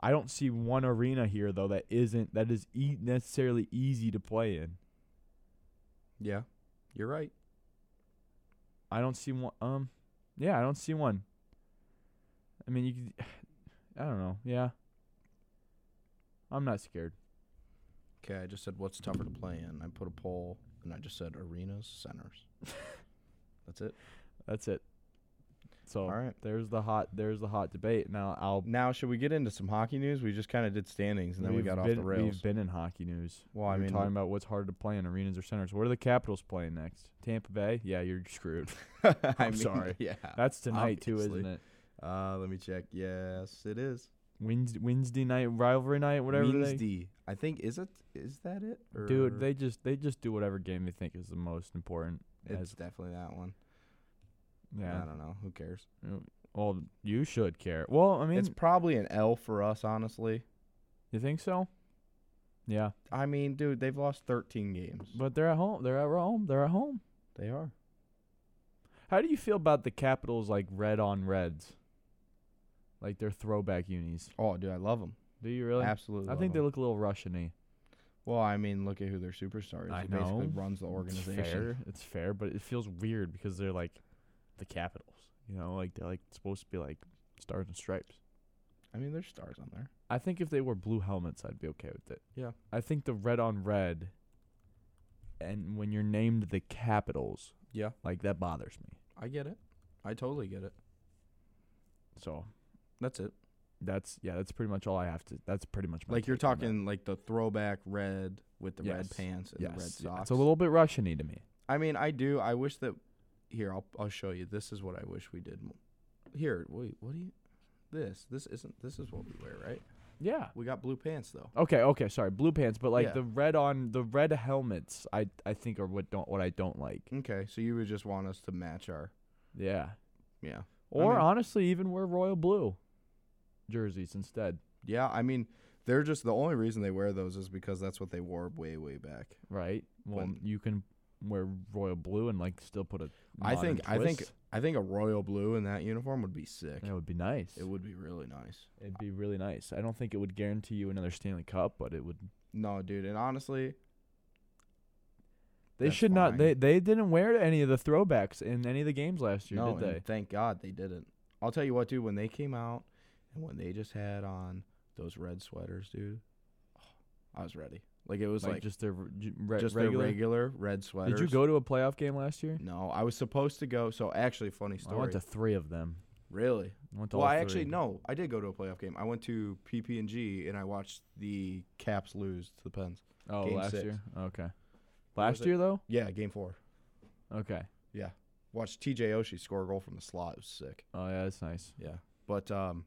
Speaker 2: I don't see one arena here though that isn't that is e- necessarily easy to play in.
Speaker 3: Yeah. You're right.
Speaker 2: I don't see one. Um, yeah, I don't see one. I mean, you could. I don't know. Yeah. I'm not scared.
Speaker 3: Okay. I just said what's tougher to play in. I put a poll and I just said arenas, centers. That's it.
Speaker 2: That's it. So
Speaker 3: All right.
Speaker 2: there's the hot there's the hot debate. Now I'll
Speaker 3: Now should we get into some hockey news? We just kind of did standings and then we
Speaker 2: we've
Speaker 3: got
Speaker 2: been,
Speaker 3: off the rails.
Speaker 2: We've been in hockey news.
Speaker 3: Well, I
Speaker 2: we were
Speaker 3: mean,
Speaker 2: talking about what's hard to play in arenas or centers. What are the Capitals playing next? Tampa Bay? Yeah, you're screwed.
Speaker 3: I
Speaker 2: I'm
Speaker 3: mean,
Speaker 2: sorry.
Speaker 3: Yeah.
Speaker 2: That's tonight too,
Speaker 3: Obviously.
Speaker 2: isn't it?
Speaker 3: Uh, let me check. Yes, it is.
Speaker 2: Wednesday, Wednesday night rivalry night, whatever they
Speaker 3: Wednesday. I think is it is that it? Or
Speaker 2: Dude, they just they just do whatever game they think is the most important.
Speaker 3: it's
Speaker 2: as-
Speaker 3: definitely that one. I
Speaker 2: yeah.
Speaker 3: don't know. Who cares?
Speaker 2: Well, you should care. Well, I mean,
Speaker 3: it's probably an L for us, honestly.
Speaker 2: you think so? Yeah,
Speaker 3: I mean, dude, they've lost 13 games.
Speaker 2: but they're at home. They're at home. They're at home.
Speaker 3: they are.
Speaker 2: How do you feel about the Capitals like red on reds? Like their throwback unis.
Speaker 3: Oh, dude, I love them.
Speaker 2: Do you really?
Speaker 3: Absolutely.
Speaker 2: I
Speaker 3: love
Speaker 2: think they
Speaker 3: 'em.
Speaker 2: look a little Russian y.
Speaker 3: Well, I mean, look at who their superstar is.
Speaker 2: I
Speaker 3: he basically
Speaker 2: know.
Speaker 3: runs the
Speaker 2: It's
Speaker 3: organization.
Speaker 2: fair. It's fair, but it feels weird because they're like the Capitals. You know, like they're like supposed to be like stars and stripes.
Speaker 3: I mean, there's stars on there.
Speaker 2: I think if they wore blue helmets, I'd be okay with it.
Speaker 3: Yeah.
Speaker 2: I think the red on red and when you're named the Capitals,
Speaker 3: Yeah,
Speaker 2: like that bothers me.
Speaker 3: I get it. I totally get it.
Speaker 2: So
Speaker 3: That's it.
Speaker 2: that's yeah, that's pretty much all I have to that's pretty much my
Speaker 3: Like you're
Speaker 2: take on that.
Speaker 3: talking like the throwback red with the red
Speaker 2: Yes.
Speaker 3: pants and
Speaker 2: yes.
Speaker 3: the red
Speaker 2: yeah,
Speaker 3: socks.
Speaker 2: It's a little bit Russian-y to me.
Speaker 3: I mean, I do. I wish that. Here, I'll I'll show you. This is what I wish we did. mo- Here, wait. What do you? This this isn't. This is what we wear, right?
Speaker 2: Yeah.
Speaker 3: We got blue pants though.
Speaker 2: Okay, okay, sorry. Blue pants, but like
Speaker 3: Yeah.
Speaker 2: the red on the red helmets, I I think are what don't what I don't like.
Speaker 3: Okay, so you would just want us to match our
Speaker 2: Yeah.
Speaker 3: yeah.
Speaker 2: Or
Speaker 3: mean-
Speaker 2: honestly, even wear royal blue jerseys instead.
Speaker 3: Yeah, I mean, they're just the only reason they wear those is because that's what they wore way way back.
Speaker 2: Right. Well,
Speaker 3: When-
Speaker 2: you can wear royal blue and like still put a.
Speaker 3: I
Speaker 2: modern
Speaker 3: think I think
Speaker 2: twist.
Speaker 3: I think a royal blue in that uniform would be sick.
Speaker 2: that would be nice. It
Speaker 3: It would be really nice.
Speaker 2: would be really nice. I don't think it would guarantee you another Stanley Cup, but it would.
Speaker 3: No, dude, and honestly,
Speaker 2: They
Speaker 3: That's
Speaker 2: should not.
Speaker 3: fine.
Speaker 2: They they didn't wear any of the throwbacks in any of the games last year,
Speaker 3: no,
Speaker 2: did they?
Speaker 3: and thank God they didn't. I'll tell you what, dude, when they came out and when they just had on those red sweaters, dude, oh, I was ready. Like it was
Speaker 2: like,
Speaker 3: like,
Speaker 2: just their re- ju- re-
Speaker 3: just
Speaker 2: regular.
Speaker 3: regular. regular red sweaters.
Speaker 2: Did you go to a playoff game last year?
Speaker 3: No, I was supposed to go. So actually, funny
Speaker 2: I
Speaker 3: story.
Speaker 2: went to three of them.
Speaker 3: really?
Speaker 2: I went to
Speaker 3: Well,
Speaker 2: all
Speaker 3: I
Speaker 2: three.
Speaker 3: actually no, I did go to a playoff game. I went to PP and G and I watched the Caps lose to the Pens.
Speaker 2: Oh,
Speaker 3: game
Speaker 2: last
Speaker 3: six.
Speaker 2: year. Okay.
Speaker 3: was
Speaker 2: Last
Speaker 3: it?
Speaker 2: year though.
Speaker 3: Yeah, game four.
Speaker 2: Okay.
Speaker 3: Yeah, watched TJ Oshie score a goal from the slot. It was sick.
Speaker 2: Oh yeah, that's nice.
Speaker 3: Yeah, but um,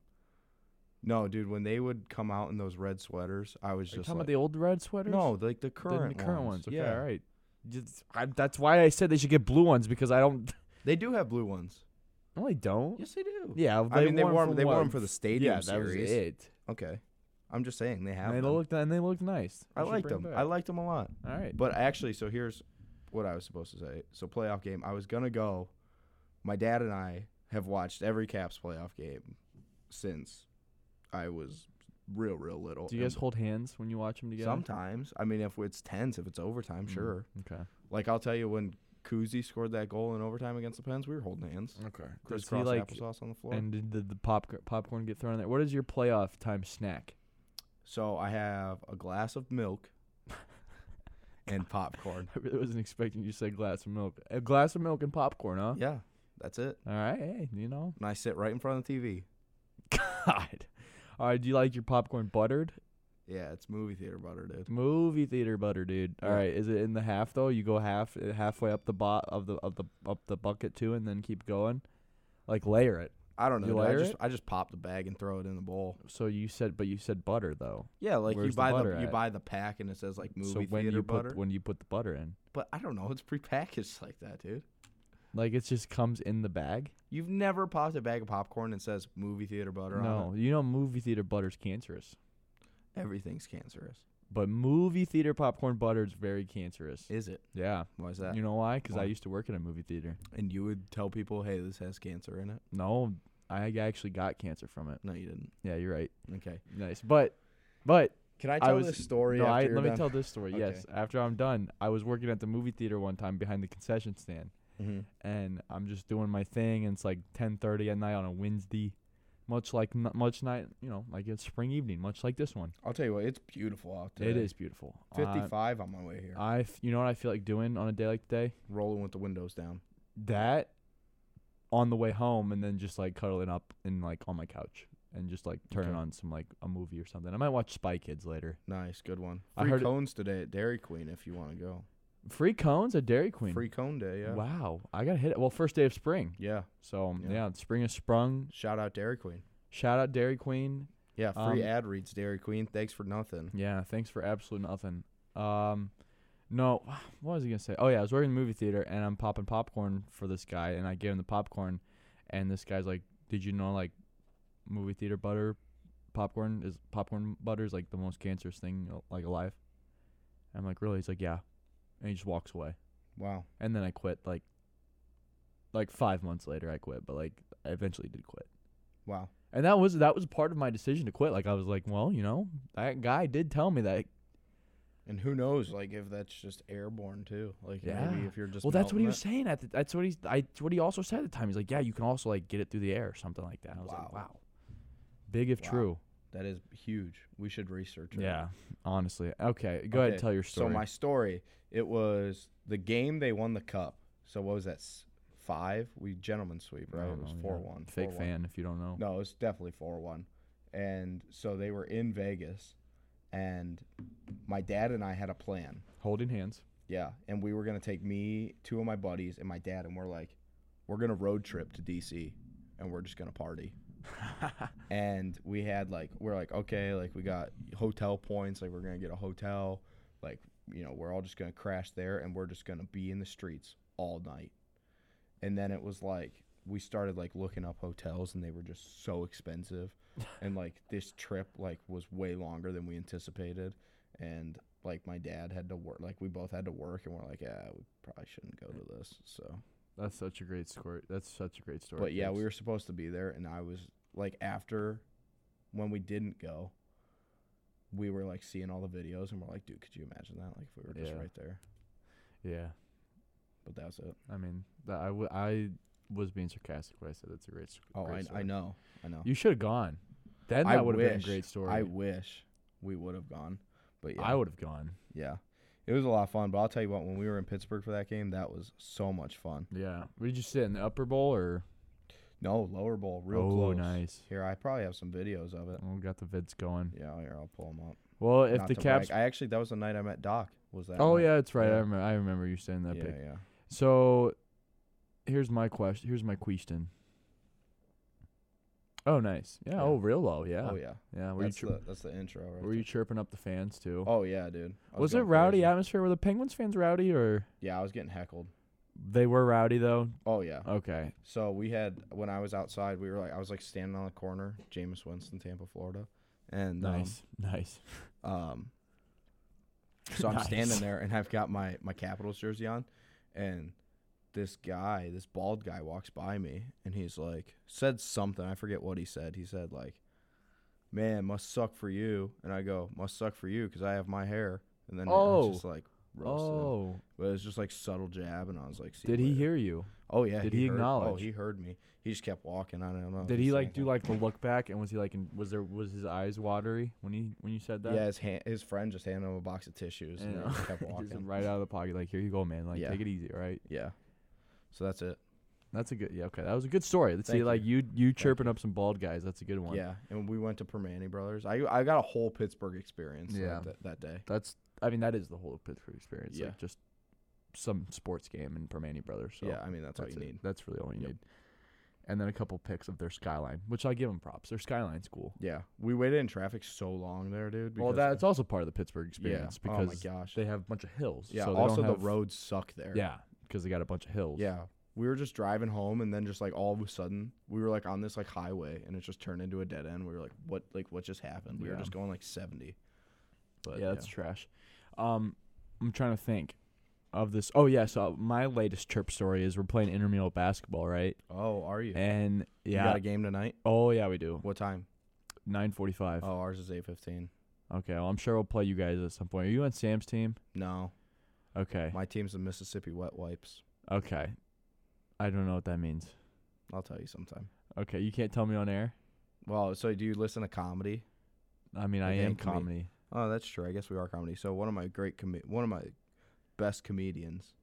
Speaker 3: no, dude, when they would come out in those red sweaters, I was
Speaker 2: Are you
Speaker 3: just
Speaker 2: talking
Speaker 3: like,
Speaker 2: about the old red sweaters?
Speaker 3: no, like the
Speaker 2: Then
Speaker 3: current
Speaker 2: the current ones. Okay,
Speaker 3: yeah,
Speaker 2: all right. Just- I- that's why I said they should get blue ones because I don't.
Speaker 3: they do have blue ones.
Speaker 2: No, they don't.
Speaker 3: Yes, they do.
Speaker 2: Yeah,
Speaker 3: I mean, they wore 'em-
Speaker 2: for
Speaker 3: they wore
Speaker 2: what?
Speaker 3: 'em for the stadium
Speaker 2: Yeah, that was
Speaker 3: series.
Speaker 2: it.
Speaker 3: Okay, I'm just saying they have.
Speaker 2: And they
Speaker 3: them.
Speaker 2: looked and they looked nice.
Speaker 3: I
Speaker 2: We should
Speaker 3: liked
Speaker 2: bring
Speaker 3: them.
Speaker 2: 'em
Speaker 3: I
Speaker 2: back.
Speaker 3: liked them a lot.
Speaker 2: All right.
Speaker 3: But actually, so here's what I was supposed to say. So playoff game, I was gonna go. My dad and I have watched every Caps playoff game since I was real, real little.
Speaker 2: Do you guys
Speaker 3: And
Speaker 2: hold hands when you watch them together? Mm-hmm.
Speaker 3: Sometimes, I mean, if it's tense, if it's overtime, sure.
Speaker 2: Okay.
Speaker 3: Like I'll tell you, when Kuzi scored that goal in overtime against the Pens, we were holding hands,
Speaker 2: Okay.
Speaker 3: crisscross
Speaker 2: Mm-hmm. like,
Speaker 3: applesauce on the floor.
Speaker 2: and did the, the pop, popcorn get thrown in there? What is your playoff time snack?
Speaker 3: so I have a glass of milk and popcorn.
Speaker 2: I really wasn't expecting you to say glass of milk. A glass of milk and popcorn, huh?
Speaker 3: Yeah, that's it.
Speaker 2: All right. Hey, you know.
Speaker 3: And I sit right in front of the TV.
Speaker 2: God. All right. Do you like your popcorn buttered?
Speaker 3: Yeah, it's movie theater butter, dude.
Speaker 2: Movie theater butter, dude. All
Speaker 3: Yeah.
Speaker 2: right, is it in the half though? You go half uh, halfway up the bot of the of the up the bucket too, and then keep going, like layer it.
Speaker 3: I don't know.
Speaker 2: You
Speaker 3: dude. I
Speaker 2: layer
Speaker 3: just
Speaker 2: it?
Speaker 3: I just pop the bag and throw it in the bowl.
Speaker 2: So you said, but you said butter though.
Speaker 3: Yeah, like
Speaker 2: Where's
Speaker 3: you
Speaker 2: the
Speaker 3: buy the,
Speaker 2: butter
Speaker 3: you
Speaker 2: at?
Speaker 3: buy the pack and it says like movie
Speaker 2: so when
Speaker 3: theater
Speaker 2: you
Speaker 3: butter.
Speaker 2: put when you put the butter in,
Speaker 3: but I don't know, it's prepackaged like that, dude.
Speaker 2: like it just comes in the bag.
Speaker 3: You've never popped a bag of popcorn and says movie theater butter
Speaker 2: No,
Speaker 3: on
Speaker 2: you know movie theater butter's cancerous,
Speaker 3: it. Everything's cancerous.
Speaker 2: but movie theater popcorn butter is very cancerous.
Speaker 3: Is it?
Speaker 2: yeah,
Speaker 3: Why is that?
Speaker 2: you know why? Because I
Speaker 3: why?
Speaker 2: used to work in a movie theater.
Speaker 3: and you would tell people, "Hey, this has cancer in it."
Speaker 2: No, I actually got cancer from it.
Speaker 3: No, you didn't.
Speaker 2: Yeah, you're right.
Speaker 3: Okay.
Speaker 2: Nice, but but
Speaker 3: Can I
Speaker 2: I
Speaker 3: tell
Speaker 2: was-
Speaker 3: this story?
Speaker 2: No,
Speaker 3: after
Speaker 2: I,
Speaker 3: you're
Speaker 2: let me
Speaker 3: done?
Speaker 2: tell this story.
Speaker 3: Okay.
Speaker 2: Yes, after I'm done, I was working at the movie theater one time behind the concession stand,
Speaker 3: Mhm.
Speaker 2: and I'm just doing my thing, and it's like 10:30 at night on a Wednesday, much like n- much night, you know, like a spring evening, much like this one.
Speaker 3: I'll tell you what. It's beautiful out there.
Speaker 2: It is Uh, beautiful. Uh,
Speaker 3: 55 on my way here,
Speaker 2: I, f- you know what I feel like doing on a day like today?
Speaker 3: rolling with the windows down.
Speaker 2: That, on the way home, and then just like cuddling up and like on my couch. And just like turning
Speaker 3: Okay.
Speaker 2: on some like a movie or something. I might watch Spy Kids later.
Speaker 3: Nice, good one.
Speaker 2: I
Speaker 3: Free
Speaker 2: heard it-
Speaker 3: cones today at Dairy Queen if you want to go.
Speaker 2: Free cones at Dairy Queen.
Speaker 3: Free cone day, yeah.
Speaker 2: Wow, I gotta hit it. Well, first day of spring.
Speaker 3: Yeah.
Speaker 2: So
Speaker 3: Yeah.
Speaker 2: yeah. spring has sprung.
Speaker 3: Shout out Dairy Queen.
Speaker 2: Shout out Dairy Queen.
Speaker 3: Yeah, free
Speaker 2: Um,
Speaker 3: ad reads Dairy Queen. Thanks for nothing.
Speaker 2: Yeah, thanks for absolute nothing. Um, no, what was I gonna say? Oh yeah, I was working in the movie theater and I'm popping popcorn for this guy, and I gave him the popcorn, and this guy's like, "Did you know like, movie theater butter, popcorn is popcorn butter is like the most cancerous thing uh, like alive." I'm like, really? He's like, yeah, and he just walks away.
Speaker 3: Wow.
Speaker 2: And then I quit like, like five months later I quit, but like I eventually did quit.
Speaker 3: Wow.
Speaker 2: And that was that was part of my decision to quit. Like I was like, well, you know, that guy did tell me that.
Speaker 3: And who knows, like if that's just airborne too. Like
Speaker 2: Yeah.
Speaker 3: maybe if you're just
Speaker 2: well, that's what he was
Speaker 3: melting
Speaker 2: saying at the, that's what he's I that's what he also said at the time. He's like, yeah, you can also like get it through the air or something like that. I was like,
Speaker 3: Wow.
Speaker 2: wow, big if
Speaker 3: Wow.
Speaker 2: true.
Speaker 3: it. that is huge. We should research it.
Speaker 2: Yeah, honestly. Okay, go ahead
Speaker 3: Okay,
Speaker 2: and tell your story.
Speaker 3: So my story, it was the game they won the cup. So what was that? s- Five? We gentlemen sweep,
Speaker 2: I
Speaker 3: right?
Speaker 2: don't
Speaker 3: It was
Speaker 2: know, yeah.
Speaker 3: four one.
Speaker 2: Fake fan, if you don't know.
Speaker 3: No, it was definitely 4 1. And so they were in Vegas, and my dad and I had a plan.
Speaker 2: Holding hands.
Speaker 3: Yeah. And we were going to take me, two of my buddies, and my dad, and we're like, we're going to road trip to DC, and we're just going to party. and we had like we're like okay like we got hotel points like we're gonna get a hotel like you know we're all just gonna crash there and we're just gonna be in the streets all night and then it was like we started like looking up hotels and they were just so expensive and like this trip like was way longer than we anticipated and like my dad had to work like we both had to work and we're like yeah we probably shouldn't go to this so
Speaker 2: That's such a great story. That's such a great story.
Speaker 3: but yeah, we
Speaker 2: James.
Speaker 3: were supposed to be there, and I was like, after when we didn't go, we were like seeing all the videos, and we're like, dude, could you imagine that? Like, if we were just
Speaker 2: Yeah.
Speaker 3: right there.
Speaker 2: Yeah,
Speaker 3: But that's it.
Speaker 2: I mean, that I w- I was being sarcastic when I said that's a great. s-
Speaker 3: Oh,
Speaker 2: great
Speaker 3: I,
Speaker 2: story.
Speaker 3: I know, I know.
Speaker 2: You should have gone. Then
Speaker 3: I
Speaker 2: that would have been a
Speaker 3: wish-
Speaker 2: great story.
Speaker 3: I wish we would have gone, but yeah,
Speaker 2: I would have gone.
Speaker 3: yeah, it was a lot of fun. But I'll tell you what, when we were in Pittsburgh for that game, that was so much fun.
Speaker 2: Yeah. Where did you sit in the upper bowl or?
Speaker 3: No, lower bowl, real
Speaker 2: oh,
Speaker 3: close.
Speaker 2: nice.
Speaker 3: Here, I probably have some videos of it.
Speaker 2: Oh, got the vids going.
Speaker 3: Yeah, here I'll pull them up.
Speaker 2: Well, if
Speaker 3: Not
Speaker 2: the
Speaker 3: to
Speaker 2: Caps.
Speaker 3: brag. I actually that was the night I met Doc. Was that?
Speaker 2: Oh
Speaker 3: night.
Speaker 2: yeah, that's right. I
Speaker 3: Yeah.
Speaker 2: remember. I remember you saying that
Speaker 3: yeah,
Speaker 2: pic.
Speaker 3: yeah.
Speaker 2: So, here's my question. Here's my question. Oh, nice. Yeah.
Speaker 3: Yeah.
Speaker 2: Oh, real low. Yeah.
Speaker 3: Oh yeah.
Speaker 2: Yeah. Were
Speaker 3: That's,
Speaker 2: you chir-
Speaker 3: the, that's the intro, right?
Speaker 2: were you chirping up the fans too?
Speaker 3: there. oh yeah, dude. I
Speaker 2: was, it
Speaker 3: going
Speaker 2: rowdy
Speaker 3: crazy.
Speaker 2: atmosphere? Were the Penguins fans rowdy or?
Speaker 3: Yeah, I was getting heckled.
Speaker 2: They were rowdy though.
Speaker 3: Oh yeah.
Speaker 2: Okay.
Speaker 3: So we had when I was outside, we were like I was like standing on the corner, Jameis Winston, Tampa, Florida, and um,
Speaker 2: Nice. Nice.
Speaker 3: Um, so I'm
Speaker 2: Nice.
Speaker 3: standing there and I've got my my Capitals jersey on, and this guy, this bald guy, walks by me and he's like said something. I forget what he said. He said like, "Man, must suck for you," and I go, "Must suck for you," because I have my hair. And then I
Speaker 2: Oh.
Speaker 3: was just like, roasted. him.
Speaker 2: Oh.
Speaker 3: but it was just like subtle jab, and I was like, "See you
Speaker 2: Did he
Speaker 3: later."
Speaker 2: hear you?
Speaker 3: Oh yeah.
Speaker 2: did he
Speaker 3: heard- Oh,
Speaker 2: acknowledge?
Speaker 3: he heard me. He just kept walking. I don't know. if
Speaker 2: Did he
Speaker 3: said
Speaker 2: like do
Speaker 3: anything.
Speaker 2: like the look back and was he like in, was there was his eyes watery when he when you said that?
Speaker 3: Yeah, his hand, his friend just handed him a box of tissues, and
Speaker 2: Yeah.
Speaker 3: he just kept
Speaker 2: Just
Speaker 3: walking.
Speaker 2: right out of the pocket, like here you go, man. Like
Speaker 3: Yeah.
Speaker 2: take it easy, all right?
Speaker 3: Yeah. So that's it.
Speaker 2: That's a good. Yeah, okay, that was a good story. Let's see,
Speaker 3: Thank
Speaker 2: like you you chirping up some bald guys. That's a good one.
Speaker 3: Yeah, and we went to Permane Brothers. I I got a whole Pittsburgh experience
Speaker 2: Yeah.
Speaker 3: that, that, that day.
Speaker 2: that's. I mean, that is the whole Pittsburgh experience.
Speaker 3: Yeah.
Speaker 2: Like just some sports game and Permane Brothers. So
Speaker 3: yeah, I mean that's,
Speaker 2: that's
Speaker 3: all you
Speaker 2: it.
Speaker 3: need.
Speaker 2: That's really all you
Speaker 3: Yep.
Speaker 2: need. And then a couple pics of their skyline, which I give them props. Their skyline's cool.
Speaker 3: Yeah, we waited in traffic so long there, dude.
Speaker 2: Well,
Speaker 3: because-
Speaker 2: that's also part of the Pittsburgh
Speaker 3: yeah.
Speaker 2: experience
Speaker 3: oh
Speaker 2: because
Speaker 3: my gosh.
Speaker 2: they have a bunch of hills.
Speaker 3: yeah.
Speaker 2: so they
Speaker 3: also,
Speaker 2: don't
Speaker 3: the
Speaker 2: have-
Speaker 3: roads suck there.
Speaker 2: Yeah, because they got a bunch of hills.
Speaker 3: Yeah. We were just driving home, and then just like all of a sudden, we were like on this like highway, and it just turned into a dead end. We were like, "What? Like what just happened?" We were
Speaker 2: Yeah.
Speaker 3: just going like seventy. But
Speaker 2: yeah, that's trash. Um, I'm trying to think of this. Oh yeah, so my latest chirp story is we're playing intramural basketball, right?
Speaker 3: Oh, are you?
Speaker 2: And
Speaker 3: You
Speaker 2: yeah,
Speaker 3: got a game tonight?
Speaker 2: oh yeah, we do.
Speaker 3: What time?
Speaker 2: 9:45.
Speaker 3: Oh, ours is eight fifteen.
Speaker 2: Okay, well I'm sure we'll play you guys at some point. Are you on Sam's team?
Speaker 3: No,
Speaker 2: Okay,
Speaker 3: my team's the Mississippi Wet Wipes.
Speaker 2: okay. I don't know what that means.
Speaker 3: I'll tell you sometime.
Speaker 2: Okay, you can't tell me on air.
Speaker 3: Well, so do you listen to comedy?
Speaker 2: I mean, I
Speaker 3: Okay,
Speaker 2: am
Speaker 3: comed-
Speaker 2: comedy.
Speaker 3: Oh, that's true. I guess we are comedy. So one of my great com- one of my best comedians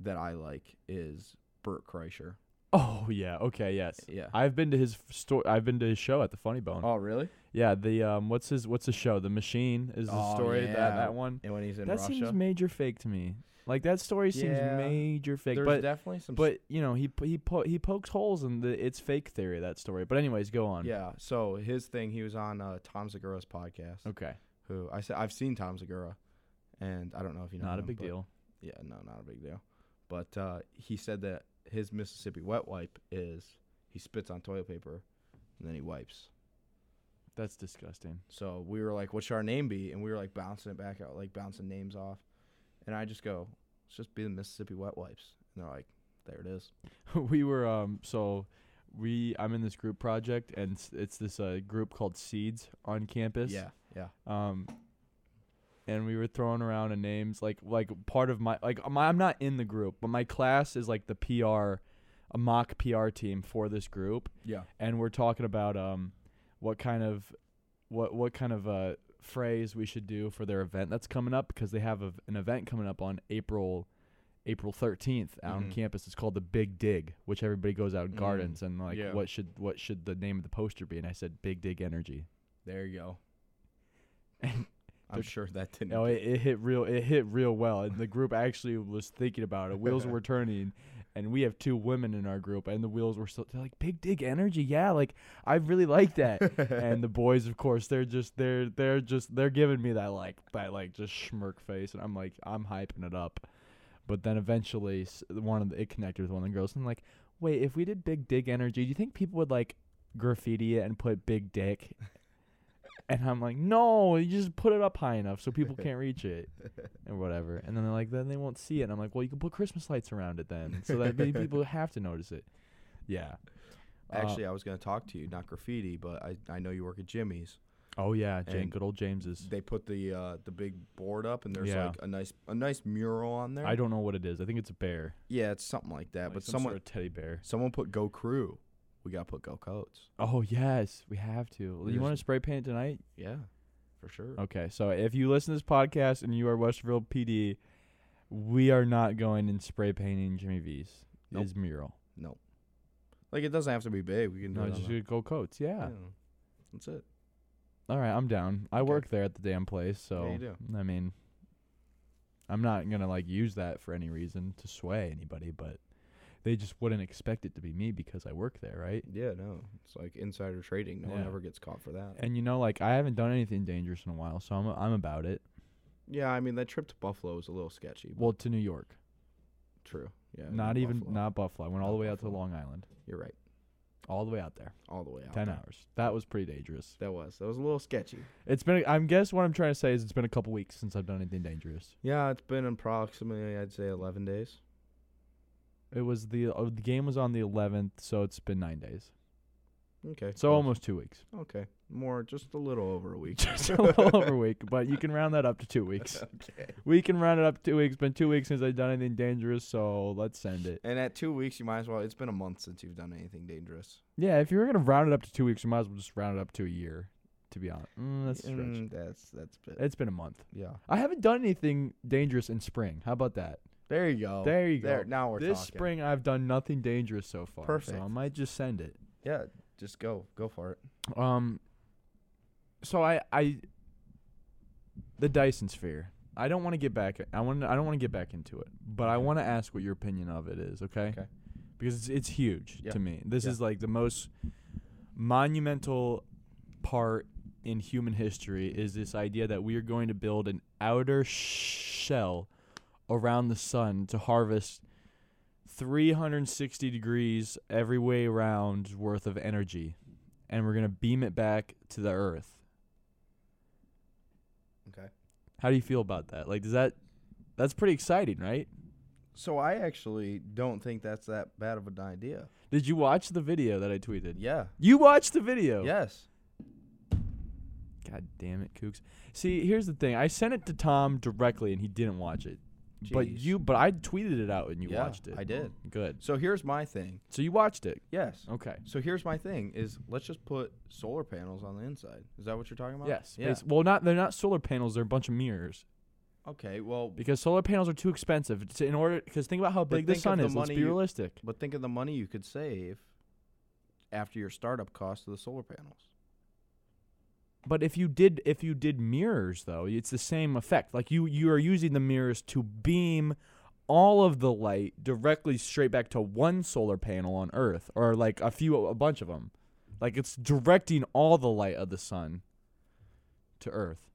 Speaker 3: that I like is Bert Kreischer.
Speaker 2: Oh yeah. Okay. Yes.
Speaker 3: Yeah.
Speaker 2: I've been to his store. I've been to his show at the Funny Bone.
Speaker 3: oh, really?
Speaker 2: Yeah. The um. What's his What's his show? The Machine is the
Speaker 3: Oh,
Speaker 2: story.
Speaker 3: yeah.
Speaker 2: That that one.
Speaker 3: And when he's in
Speaker 2: that
Speaker 3: Russia,
Speaker 2: seems major fake to me. Like that story seems
Speaker 3: Yeah.
Speaker 2: major fake,
Speaker 3: there's
Speaker 2: but
Speaker 3: definitely some.
Speaker 2: but you know he p- he po- he pokes holes in the it's fake theory that story. But anyways, go on.
Speaker 3: yeah. So his thing, he was on uh, Tom Segura's podcast.
Speaker 2: Okay.
Speaker 3: Who I said I've seen Tom Segura, and I don't know if you know.
Speaker 2: Not a
Speaker 3: him,
Speaker 2: big
Speaker 3: but-
Speaker 2: deal.
Speaker 3: Yeah, no, not a big deal. But uh, he said that his Mississippi wet wipe is he spits on toilet paper, and then he wipes.
Speaker 2: That's disgusting.
Speaker 3: So we were like, "What should our name be?" And we were like bouncing it back out, like bouncing names off. And I just go, "Let's just be the Mississippi Wet Wipes." And they're like, "There it is."
Speaker 2: we were um so we I'm in this group project and it's, it's this uh, group called Seeds on campus.
Speaker 3: Yeah, yeah.
Speaker 2: Um and we were throwing around a names like like part of my like my, I'm not in the group, but my class is like the PR a mock PR team for this group.
Speaker 3: Yeah.
Speaker 2: and we're talking about um what kind of what what kind of uh phrase we should do for their event that's coming up because they have a, an event coming up on April April 13th out on
Speaker 3: Mhm.
Speaker 2: campus it's called the Big Dig which everybody goes out and
Speaker 3: Mm,
Speaker 2: gardens and like
Speaker 3: yeah.
Speaker 2: what should what should the name of the poster be and I said Big Dig Energy
Speaker 3: There you go.
Speaker 2: And uh,
Speaker 3: I'm
Speaker 2: the-
Speaker 3: sure that didn't.
Speaker 2: Oh, no it, it hit real it hit real well and the group actually was thinking about it wheels were turning and we have two women in our group, and the wheels were still they're like big dig energy, yeah, like I really like that. and the boys, of course, they're just they're they're just they're giving me that like that like just smirk face, and I'm like I'm hyping it up. But then eventually, s- one of the, it connected with one of the girls, and I'm like, wait, if we did big dig energy, do you think people would like graffiti it and put big dick? and I'm like, no, you just put it up high enough so people can't reach it, or whatever. And then they're like, then they won't see it. And I'm like, well, you can put Christmas lights around it then, so that maybe people have to notice it. Yeah. Uh,
Speaker 3: Actually, I was going to talk to you, not graffiti, but I, I know you work at Jimmy's.
Speaker 2: oh yeah, Jane,
Speaker 3: and
Speaker 2: good old James's.
Speaker 3: They put the uh, the big board up, and there's
Speaker 2: Yeah.
Speaker 3: like a nice a nice mural on there.
Speaker 2: I don't know what it is. I think it's a bear,
Speaker 3: Yeah, it's something like that.
Speaker 2: like
Speaker 3: but
Speaker 2: some
Speaker 3: someone
Speaker 2: sort of teddy bear.
Speaker 3: someone put Go Crew. We got to put Go Coats.
Speaker 2: Oh yes, we have to.
Speaker 3: We
Speaker 2: you want to
Speaker 3: just-
Speaker 2: spray paint tonight?
Speaker 3: Yeah, for sure.
Speaker 2: Okay, so if you listen to this podcast and you are Westerville PD, we are not going and spray painting Jimmy V's
Speaker 3: Nope.
Speaker 2: his mural.
Speaker 3: No, like it doesn't have to be big. We can do
Speaker 2: No,
Speaker 3: it.
Speaker 2: just
Speaker 3: on
Speaker 2: gonna go coats.
Speaker 3: a,
Speaker 2: Yeah.
Speaker 3: yeah, That's it.
Speaker 2: All right, I'm down. I
Speaker 3: Okay.
Speaker 2: work there at the damn place, so
Speaker 3: Yeah, you do.
Speaker 2: I mean, I'm not gonna like use that for any reason to sway anybody, but they just wouldn't expect it to be me because I work there, right?
Speaker 3: Yeah, no, it's like insider trading. No one
Speaker 2: Yeah.
Speaker 3: ever gets caught for that.
Speaker 2: And you know, like I haven't done anything dangerous in a while, so I'm I'm about it.
Speaker 3: Yeah, I mean that trip to Buffalo was a little sketchy. but
Speaker 2: Well, to New York,
Speaker 3: true. Yeah,
Speaker 2: not even
Speaker 3: Uh, Buffalo.
Speaker 2: not Buffalo. I went all
Speaker 3: Not
Speaker 2: the way out to
Speaker 3: Buffalo.
Speaker 2: Long Island,
Speaker 3: You're right.
Speaker 2: all the way out there,
Speaker 3: All the way out.
Speaker 2: ten
Speaker 3: there.
Speaker 2: hours. That was pretty dangerous.
Speaker 3: That was that was a little sketchy.
Speaker 2: It's been. I'm guess what I'm trying to say is it's been a couple weeks since I've done anything dangerous.
Speaker 3: Yeah, it's been approximately I'd say 11 days.
Speaker 2: It was the uh, the game was on the 11th, so it's been nine days.
Speaker 3: Okay.
Speaker 2: So
Speaker 3: close.
Speaker 2: almost two weeks.
Speaker 3: Okay, more just a little over a week.
Speaker 2: Just a little over a week, but you can round that up to two weeks.
Speaker 3: okay.
Speaker 2: We can round it up to two weeks. Been two weeks since I've done anything dangerous, so let's send it.
Speaker 3: And at two weeks, you might as well. It's been a month since you've done anything dangerous.
Speaker 2: Yeah, if you were gonna round it up to two weeks, you might as well just round it up to a year. To be honest, mm, that's a stretch.
Speaker 3: Mm, that's that's a bit.
Speaker 2: It's been a month.
Speaker 3: yeah.
Speaker 2: I haven't done anything dangerous in spring. How about that?
Speaker 3: There you go.
Speaker 2: there you go.
Speaker 3: Oh, There, now we're
Speaker 2: this
Speaker 3: talking.
Speaker 2: spring, I've done nothing dangerous so far. So I
Speaker 3: Perfect.
Speaker 2: might just send it.
Speaker 3: Yeah, just go go for it.
Speaker 2: Um. So I I. The Dyson Sphere. I don't want to get back. I want. I don't want to get back into it. But I
Speaker 3: Okay.
Speaker 2: want to ask what your opinion of it is. Okay.
Speaker 3: Okay.
Speaker 2: Because it's, it's huge
Speaker 3: Yeah.
Speaker 2: to me. This
Speaker 3: Yeah.
Speaker 2: is like the most monumental part in human history is this idea that we are going to build an outer shell around the sun to harvest 360 degrees every way around worth of energy and we're going to beam it back to the earth.
Speaker 3: Okay.
Speaker 2: How do you feel about that? Like does that that's pretty exciting, right?
Speaker 3: So I actually don't think that's that bad of an idea.
Speaker 2: Did you watch the video that I tweeted?
Speaker 3: Yeah.
Speaker 2: You watched the video.
Speaker 3: Yes.
Speaker 2: God damn it, Kooks. See, here's the thing. I sent it to Tom directly and he didn't watch it. But
Speaker 3: Jeez.
Speaker 2: you but I tweeted it out and you
Speaker 3: Yeah,
Speaker 2: watched it.
Speaker 3: I did.
Speaker 2: Good.
Speaker 3: So here's my thing.
Speaker 2: So you watched it.
Speaker 3: Yes.
Speaker 2: Okay.
Speaker 3: So here's my thing: is let's just put solar panels on the inside. Is that what you're talking about?
Speaker 2: Yes.
Speaker 3: Yeah.
Speaker 2: basi- Well, not they're not solar panels, they're a bunch of mirrors.
Speaker 3: Okay. Well,
Speaker 2: Because solar panels are too expensive to, in order cuz think about how
Speaker 3: But
Speaker 2: big the
Speaker 3: think of
Speaker 2: sun
Speaker 3: the
Speaker 2: is. Let's
Speaker 3: money
Speaker 2: be
Speaker 3: you-
Speaker 2: realistic.
Speaker 3: But think of the money you could save after your startup cost of the solar panels.
Speaker 2: But if you did if you did mirrors though, it's the same effect. Like you you are using the mirrors to beam all of the light directly straight back to one solar panel on Earth or like a few a bunch of them. Like it's directing all the light of the sun to Earth.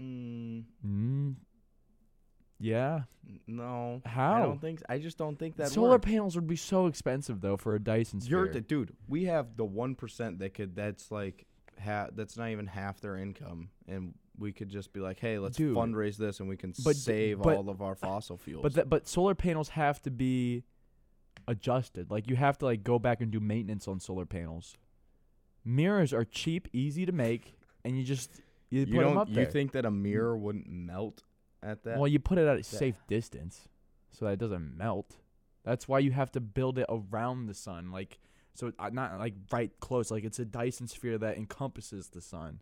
Speaker 3: Mm,
Speaker 2: Mm. Yeah.
Speaker 3: no, I
Speaker 2: How?
Speaker 3: don't think. I just don't think that
Speaker 2: solar
Speaker 3: work.
Speaker 2: panels would be so expensive though for a Dyson sphere.
Speaker 3: You're the dude. We have the one percent that could. That's like ha- That's not even half their income, and we could just be like, hey, let's
Speaker 2: Dude.
Speaker 3: fundraise this, and we can
Speaker 2: But d-
Speaker 3: save
Speaker 2: but-
Speaker 3: all of our fossil fuels.
Speaker 2: But that but solar panels have to be adjusted. Like you have to like go back and do maintenance on solar panels. Mirrors are cheap, easy to make, and you just you,
Speaker 3: you
Speaker 2: put them
Speaker 3: don't.
Speaker 2: up
Speaker 3: you
Speaker 2: there.
Speaker 3: think that a mirror wouldn't melt at that?
Speaker 2: well, you put it at a
Speaker 3: that-
Speaker 2: safe distance so that it doesn't melt. That's why you have to build it around the sun, like so it- uh, not like right close. Like it's a Dyson sphere that encompasses the sun.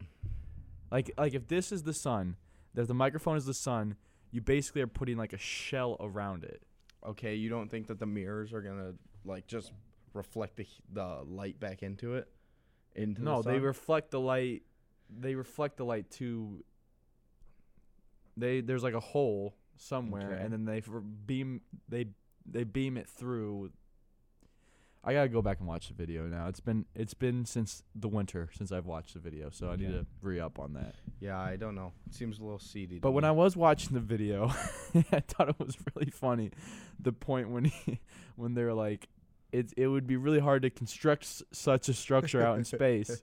Speaker 2: Like like if this is the sun, that the microphone is the sun, you basically are putting like a shell around it.
Speaker 3: okay, you don't think that the mirrors are gonna like just reflect the h- the light back into it? Into
Speaker 2: No,
Speaker 3: the
Speaker 2: they
Speaker 3: sun?
Speaker 2: reflect the light. They reflect the light to. They there's like a hole somewhere,
Speaker 3: Okay.
Speaker 2: and then they f- beam they they beam it through. I gotta go back and watch the video now. It's been it's been since the winter since I've watched the video, so I need
Speaker 3: Yeah.
Speaker 2: to re up on that.
Speaker 3: Yeah, I don't know. It seems a little seedy. to
Speaker 2: But when
Speaker 3: me.
Speaker 2: I was watching the video, I thought it was really funny. The point when he, when they're like, it it would be really hard to construct s- such a structure out in space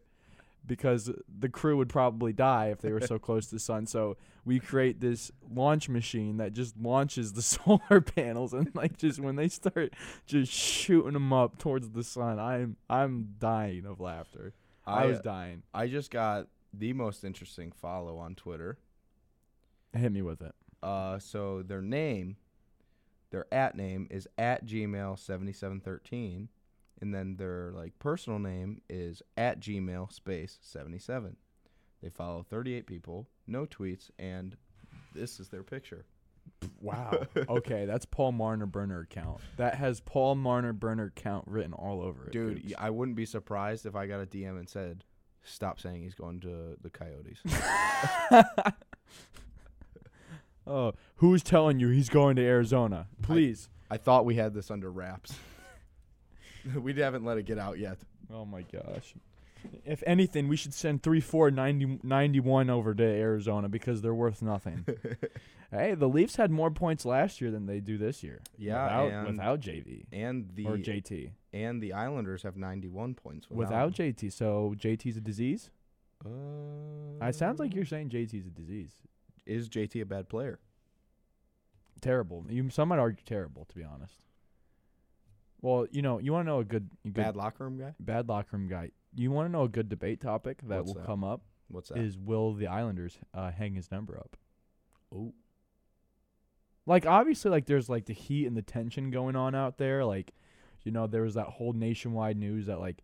Speaker 2: because the crew would probably die if they were so close to the sun. So we create this launch machine that just launches the solar panels and like just when they start just shooting them up towards the sun, I'm I'm dying of laughter. I, was
Speaker 3: uh,
Speaker 2: dying.
Speaker 3: I just got the most interesting follow on Twitter.
Speaker 2: Hit me with it.
Speaker 3: Uh, so their name, their at name is at Gmail seventy seven thirteen, and then their like personal name is at Gmail space seventy seven. They follow thirty eight people, no tweets, and this is their picture.
Speaker 2: Wow. okay, that's Paul Marner burner account. That has Paul Marner burner account written all over it.
Speaker 3: Dude,
Speaker 2: Goops.
Speaker 3: y- I wouldn't be surprised if I got a DM and said, "Stop saying he's going to the Coyotes."
Speaker 2: Oh, who's telling you he's going to Arizona? Please.
Speaker 3: I thought we had this under wraps. we haven't let it get out yet.
Speaker 2: oh my gosh. If anything, we should send 3 4 90, 91 over to Arizona because they're worth nothing. hey, the Leafs had more points last year than they do this year.
Speaker 3: Yeah,
Speaker 2: Without,
Speaker 3: and-
Speaker 2: without JV
Speaker 3: And the
Speaker 2: or JT.
Speaker 3: and the Islanders have 91 points
Speaker 2: Without JT. So JT's a disease?
Speaker 3: Uh,
Speaker 2: It sounds like you're saying JT's a disease.
Speaker 3: Um, Is JT a bad player?
Speaker 2: terrible. You some might argue terrible, to be honest. Well, you know, you want to know a good, a good
Speaker 3: Bad
Speaker 2: bad,
Speaker 3: locker room guy?
Speaker 2: locker room guy. You want to know a good debate topic that
Speaker 3: What's
Speaker 2: will
Speaker 3: that?
Speaker 2: come up
Speaker 3: What's
Speaker 2: is
Speaker 3: that?
Speaker 2: will the Islanders uh, hang his number up?
Speaker 3: Oh,
Speaker 2: Like obviously, like there's like the heat and the tension going on out there. Like, you know, there was that whole nationwide news that like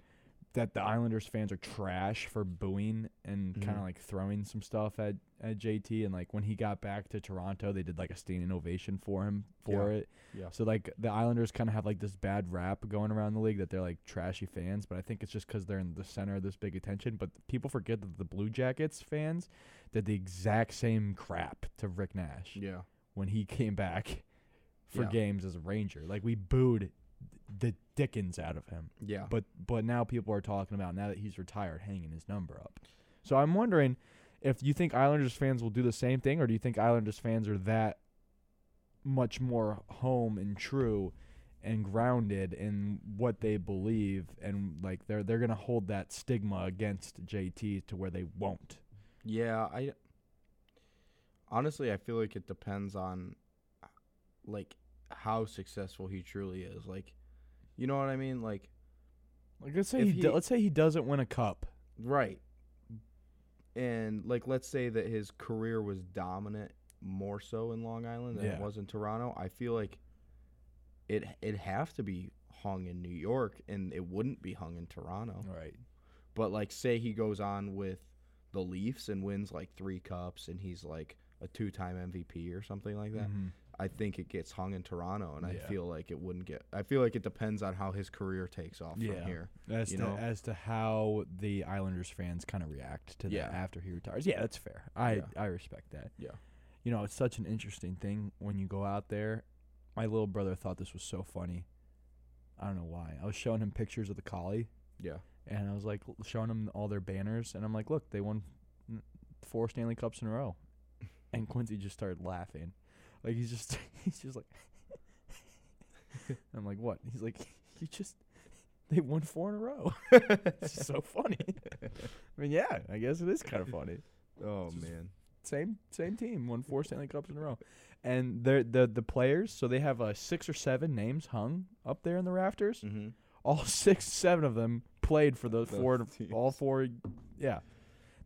Speaker 2: that the Islanders fans are trash for booing and kind of
Speaker 3: Mhm.
Speaker 2: like throwing some stuff at at JT. And like when he got back to Toronto, they did like a standing ovation for him for it.
Speaker 3: yeah.
Speaker 2: So like the Islanders kind of have like this bad rap going around the league that they're like trashy fans, but I think it's just because they're in the center of this big attention. But people forget that the Blue Jackets fans did the exact same crap to Rick Nash
Speaker 3: Yeah.
Speaker 2: when he came back for
Speaker 3: Yeah.
Speaker 2: games as a Ranger. Like we booed the Dickens out of him,
Speaker 3: Yeah.
Speaker 2: but but now people are talking about now that he's retired hanging his number up. So I'm wondering if you think Islanders fans will do the same thing, or do you think Islanders fans are that much more home and true and grounded in what they believe and like they're they're gonna hold that stigma against JT to where they won't.
Speaker 3: yeah, I honestly I feel like it depends on like how successful he truly is. Like you know what I mean? Like
Speaker 2: Like let's say
Speaker 3: If
Speaker 2: he, do-
Speaker 3: he-
Speaker 2: let's say he doesn't win a cup.
Speaker 3: Right. And like let's say that his career was dominant more so in Long Island than
Speaker 2: Yeah.
Speaker 3: it was in Toronto, I feel like it it'd have to be hung in New York and it wouldn't be hung in Toronto.
Speaker 2: Right.
Speaker 3: But like say he goes on with the Leafs and wins like 3 cups and he's like a two-time MVP or something like that. I think it gets hung in Toronto and
Speaker 2: Mm-hmm. Yeah.
Speaker 3: I feel like it wouldn't get I feel like it depends on how his career takes off
Speaker 2: Yeah.
Speaker 3: from here.
Speaker 2: As
Speaker 3: you
Speaker 2: to
Speaker 3: know?
Speaker 2: as to how the Islanders fans kind of react to
Speaker 3: Yeah.
Speaker 2: that after he retires. Yeah, that's fair. I
Speaker 3: Yeah.
Speaker 2: I respect that.
Speaker 3: Yeah.
Speaker 2: You know, it's such an interesting thing when you go out there. My little brother thought this was so funny. I don't know why. I was showing him pictures of the collie
Speaker 3: Yeah.
Speaker 2: and I was like l- showing him all their banners and I'm like, "Look, they won n- four Stanley Cups in a row." And Quincy just started laughing. Like he's just he's just like I'm like, "What?" He's like, "You just they won four in a row." It's so funny. I mean, yeah, I guess it is kind of funny.
Speaker 3: oh
Speaker 2: It's just-
Speaker 3: man.
Speaker 2: Same same team won four Stanley Cups in a row, and they're the the players. So they have uh, six or seven names hung up there in the rafters.
Speaker 3: Mhm.
Speaker 2: All six, seven of them played for the
Speaker 3: Those
Speaker 2: four,
Speaker 3: teams.
Speaker 2: all four. Yeah,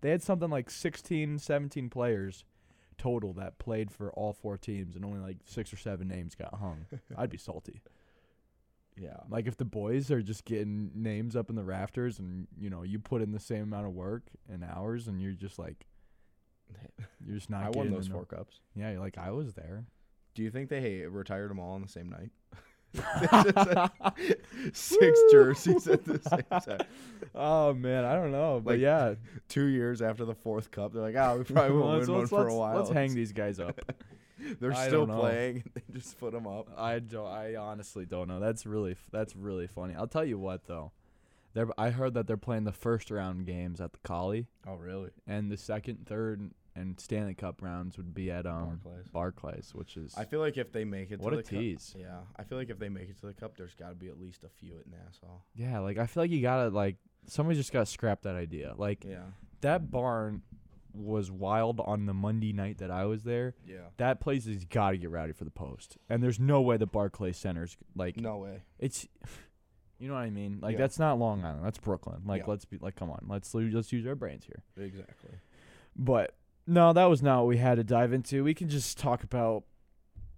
Speaker 2: they had something like 16, 17 players total that played for all four teams, and only like six or seven names got hung. I'd be salty.
Speaker 3: Yeah.
Speaker 2: Like if the boys are just getting names up in the rafters and you know, you put in the same amount of work and hours and you're just like you're just not
Speaker 3: I
Speaker 2: getting
Speaker 3: won those
Speaker 2: the-
Speaker 3: four cups.
Speaker 2: Yeah, you're like I was there.
Speaker 3: Do you think they retired them all on the same night? Six jerseys at the same time.
Speaker 2: Oh man, I don't know. But
Speaker 3: Like,
Speaker 2: yeah.
Speaker 3: Two years after the fourth cup, they're like, "Oh, we probably won't
Speaker 2: let's,
Speaker 3: win one
Speaker 2: let's-
Speaker 3: for
Speaker 2: let's-
Speaker 3: a while."
Speaker 2: Let's hang these guys up.
Speaker 3: They're
Speaker 2: I
Speaker 3: still
Speaker 2: don't know.
Speaker 3: playing. They just put them up.
Speaker 2: I don't. I honestly don't know. That's really f- that's really funny. I'll tell you what though, they're, I heard that they're playing the first round games at the Collie,
Speaker 3: Oh, really?
Speaker 2: and the second, third, and Stanley Cup rounds would be at um
Speaker 3: Barclays.
Speaker 2: Barclays, which is
Speaker 3: I feel like if they make it
Speaker 2: What
Speaker 3: to
Speaker 2: a
Speaker 3: the cup-
Speaker 2: tease.
Speaker 3: yeah, I feel like if they make it to the cup, there's got to be at least a few at Nassau.
Speaker 2: yeah. Like I feel like you gotta like somebody just gotta scrap that idea. Like
Speaker 3: Yeah,
Speaker 2: that barn was wild on the Monday night that I was there.
Speaker 3: yeah.
Speaker 2: That place has got to get rowdy for the post, and there's no way the Barclays Center's like
Speaker 3: No way.
Speaker 2: it's you know what I mean? Like
Speaker 3: Yeah.
Speaker 2: that's not Long Island, that's Brooklyn. Like
Speaker 3: Yeah.
Speaker 2: let's be like come on, let's lo- let's use our brains here.
Speaker 3: Exactly.
Speaker 2: But no, that was not what we had to dive into. We can just talk about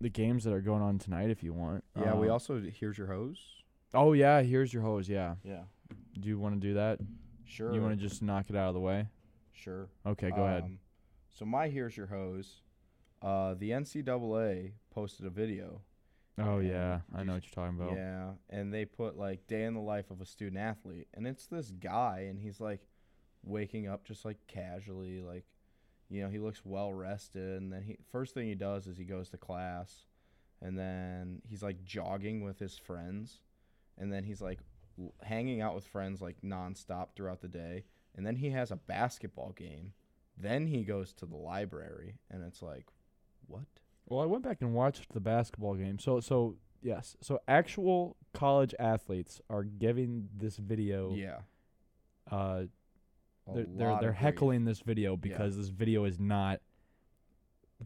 Speaker 2: the games that are going on tonight if you want.
Speaker 3: Yeah, we
Speaker 2: Uh,
Speaker 3: also here's your hose.
Speaker 2: Oh yeah, here's your hose, yeah.
Speaker 3: Yeah,
Speaker 2: Do you want to do that?
Speaker 3: sure.
Speaker 2: You want to just knock it out of the way?
Speaker 3: sure?
Speaker 2: Okay, go ahead.
Speaker 3: Um, So my here's your hose. Uh, the NCAA posted a video.
Speaker 2: Oh
Speaker 3: and
Speaker 2: yeah, I
Speaker 3: you
Speaker 2: know
Speaker 3: s-
Speaker 2: what you're talking about.
Speaker 3: Yeah, and they put like day in the life of a student athlete, and it's this guy, and he's like waking up just like casually, like you know he looks well rested, and then he first thing he does is he goes to class, and then he's like jogging with his friends, and then he's like w- hanging out with friends like nonstop throughout the day, and then he has a basketball game, then he goes to the library, and it's like, what?
Speaker 2: Well, I went back and watched the basketball game. So so yes, so actual college athletes are giving this video
Speaker 3: Yeah.
Speaker 2: uh
Speaker 3: a
Speaker 2: they're they're,
Speaker 3: lot
Speaker 2: they're
Speaker 3: of grief.
Speaker 2: heckling this video because this video is not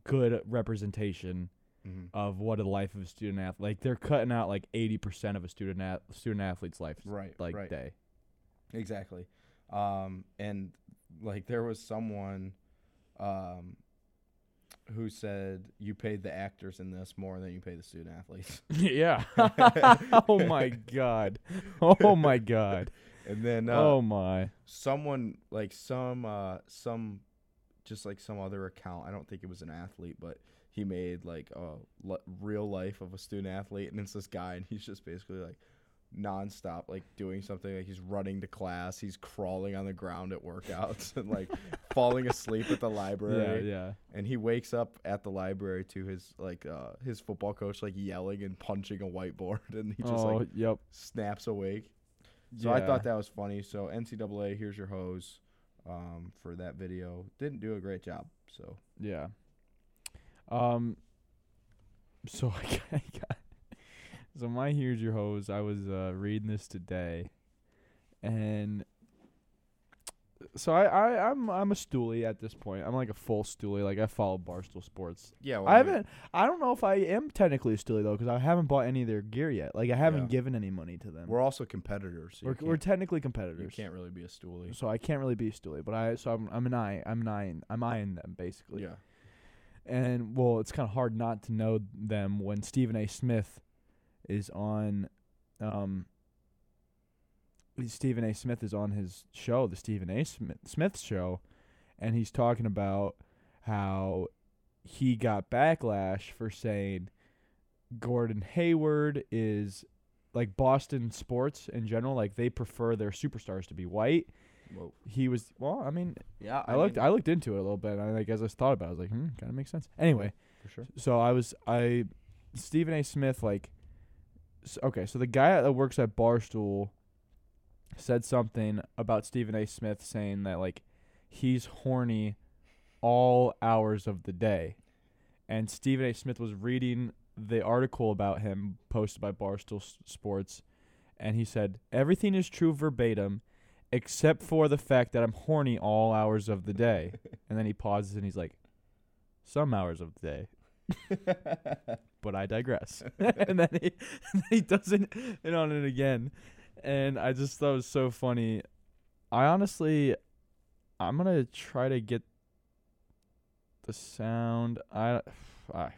Speaker 2: good representation
Speaker 3: Mhm.
Speaker 2: of what a life of a student athlete. Like they're cutting out like eighty percent of a student ath- student athlete's life,
Speaker 3: Right,
Speaker 2: Like
Speaker 3: right.
Speaker 2: day.
Speaker 3: Exactly. Um, and like there was someone um, who said you paid the actors in this more than you pay the student athletes.
Speaker 2: yeah. oh my god. Oh my god.
Speaker 3: and then uh,
Speaker 2: Oh my.
Speaker 3: someone like some uh, some just like some other account. I don't think it was an athlete, but he made like a li real life of a student athlete, and it's this guy, and he's just basically like nonstop, like doing something. Like he's running to class, he's crawling on the ground at workouts, and like falling asleep at the
Speaker 2: Yeah.
Speaker 3: library.
Speaker 2: Yeah.
Speaker 3: And he wakes up at the library to his like uh, his football coach like yelling and punching a whiteboard, and he just
Speaker 2: oh.
Speaker 3: like
Speaker 2: yep.
Speaker 3: snaps awake. So I
Speaker 2: Yeah.
Speaker 3: thought that was funny. So NCAA, here's your hose um, for that video. Didn't do a great job. So
Speaker 2: Yeah. Um. So I got, I got so my here's your hose. I was uh, reading this today, and so I, I I'm I'm a stoolie at this point. I'm like a full stoolie. Like I follow Barstool Sports.
Speaker 3: yeah,
Speaker 2: I haven't. I don't know if I am technically a stoolie though, because I haven't bought any of their gear yet. Like I haven't
Speaker 3: Yeah.
Speaker 2: given any money to them.
Speaker 3: We're also competitors. So
Speaker 2: we're,
Speaker 3: you, can't,
Speaker 2: we're technically
Speaker 3: you
Speaker 2: competitors.
Speaker 3: can't really be a stoolie.
Speaker 2: So I can't really be a stoolie, but I so I'm I'm an eye I'm an eyeing I'm eyeing them basically
Speaker 3: Yeah,
Speaker 2: and well, it's kind of hard not to know them when Stephen A. Smith is on. Um, Stephen A. Smith is on his show, the Stephen A. Smith, Smith show, and he's talking about how he got backlash for saying Gordon Hayward is like Boston sports in general, like they prefer their superstars to be white.
Speaker 3: Whoa.
Speaker 2: He was well, I mean,
Speaker 3: yeah.
Speaker 2: I looked I looked into it a little bit and I like as I thought about it, I was like, hmm, kinda makes sense. Anyway,
Speaker 3: for sure.
Speaker 2: so I was I Stephen A. Smith like s okay, so the guy that works at Barstool said something about Stephen A. Smith saying that like he's horny all hours of the day. And Stephen A. Smith was reading the article about him posted by Barstool S- Sports and he said everything is true verbatim except for the fact that I'm horny all hours of the day. and then he pauses and he's like some hours of the day but I digress. and then he, he doesn't hit on it again. And I just thought it was so funny. I honestly, I'm going to try to get the sound. I, I,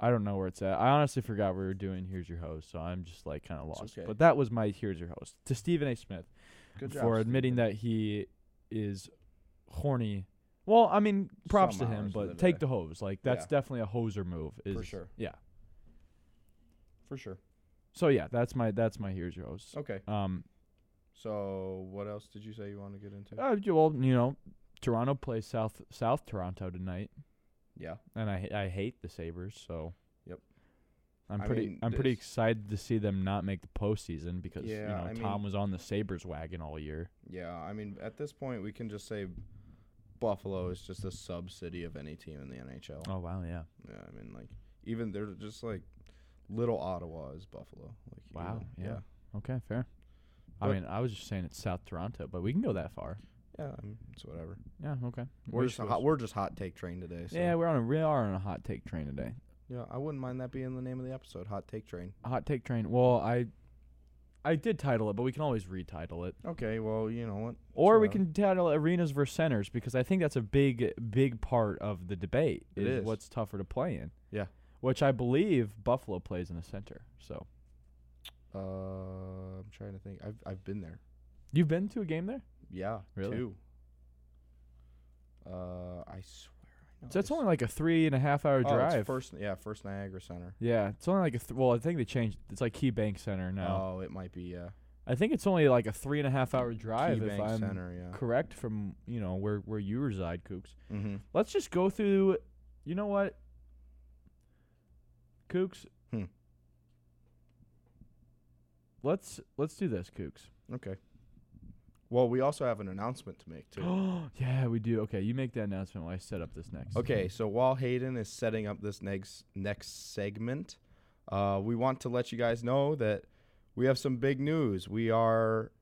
Speaker 2: I don't know where it's at. I honestly forgot we were doing Here's Your Host, so I'm just like kind of
Speaker 3: It's
Speaker 2: lost.
Speaker 3: okay.
Speaker 2: But that was my Here's Your Host to Stephen A. Smith
Speaker 3: Good job
Speaker 2: for admitting that he is horny. Well, I mean, props
Speaker 3: Some
Speaker 2: to him,
Speaker 3: hours of
Speaker 2: but
Speaker 3: the
Speaker 2: take
Speaker 3: day.
Speaker 2: the hose. Like that's
Speaker 3: Yeah.
Speaker 2: definitely a hoser move. Is,
Speaker 3: sure.
Speaker 2: Yeah.
Speaker 3: for sure.
Speaker 2: So yeah, that's my that's my here's your hose.
Speaker 3: Okay.
Speaker 2: Um.
Speaker 3: So what else did you say you want to get into?
Speaker 2: Uh, you- well, you know, Toronto plays South South Toronto tonight.
Speaker 3: Yeah.
Speaker 2: and I I hate the Sabers, so
Speaker 3: Yep.
Speaker 2: I'm
Speaker 3: I
Speaker 2: pretty
Speaker 3: mean,
Speaker 2: I'm pretty
Speaker 3: this-
Speaker 2: excited to see them not make the postseason because you
Speaker 3: Yeah,
Speaker 2: know
Speaker 3: I
Speaker 2: Tom
Speaker 3: mean-
Speaker 2: was on the Sabers wagon all year.
Speaker 3: Yeah, I mean, at this point, we can just say Buffalo is just a sub city of any team in the NHL.
Speaker 2: Oh wow, yeah,
Speaker 3: Yeah, I mean, like even they're just like little Ottawa is Buffalo. Like
Speaker 2: Wow,
Speaker 3: even-
Speaker 2: yeah. okay, fair. I
Speaker 3: But-
Speaker 2: mean, I was just saying it's South Toronto, but we can go that far.
Speaker 3: yeah, I mean, it's whatever.
Speaker 2: Yeah, okay.
Speaker 3: We're
Speaker 2: We
Speaker 3: just a
Speaker 2: should-
Speaker 3: hot, we're just hot take train today. So.
Speaker 2: yeah, we're on a we are on a hot take train today.
Speaker 3: yeah. I wouldn't mind that being the name of the episode, hot take train.
Speaker 2: Hot take train. Well, I I did title it, but we can always retitle it.
Speaker 3: Okay, well, you know what?
Speaker 2: Or we
Speaker 3: Sure.
Speaker 2: can title it arenas versus centers because I think that's a big, big part of the debate
Speaker 3: It
Speaker 2: is,
Speaker 3: is.
Speaker 2: what's tougher to play in.
Speaker 3: Yeah.
Speaker 2: Which I believe Buffalo plays in the center. So
Speaker 3: Uh, I'm trying to think. I've I've been there.
Speaker 2: you've been to a game there?
Speaker 3: Yeah,
Speaker 2: Really?
Speaker 3: Two. Uh, I swear I know.
Speaker 2: So that's
Speaker 3: this.
Speaker 2: only like a three and a half hour
Speaker 3: Oh, it's
Speaker 2: drive.
Speaker 3: first, yeah, first Niagara Center.
Speaker 2: yeah, it's only like a th- well, I think they changed. It's like Key Bank Center now.
Speaker 3: Oh, it might be yeah.
Speaker 2: I think it's only like a three and a half hour drive if
Speaker 3: KeyBank
Speaker 2: I'm
Speaker 3: Center, yeah.
Speaker 2: correct from you know where where you reside, Kooks.
Speaker 3: Mm-hmm.
Speaker 2: Let's just go through. You know what, Kooks.
Speaker 3: Hmm.
Speaker 2: Let's let's do this, Kooks.
Speaker 3: Okay. Well, we also have an announcement to make too.
Speaker 2: yeah, we do. Okay, you make that announcement while I set up this next.
Speaker 3: Okay, so while Hayden is setting up this next next segment, uh, we want to let you guys know that we have some big news. We are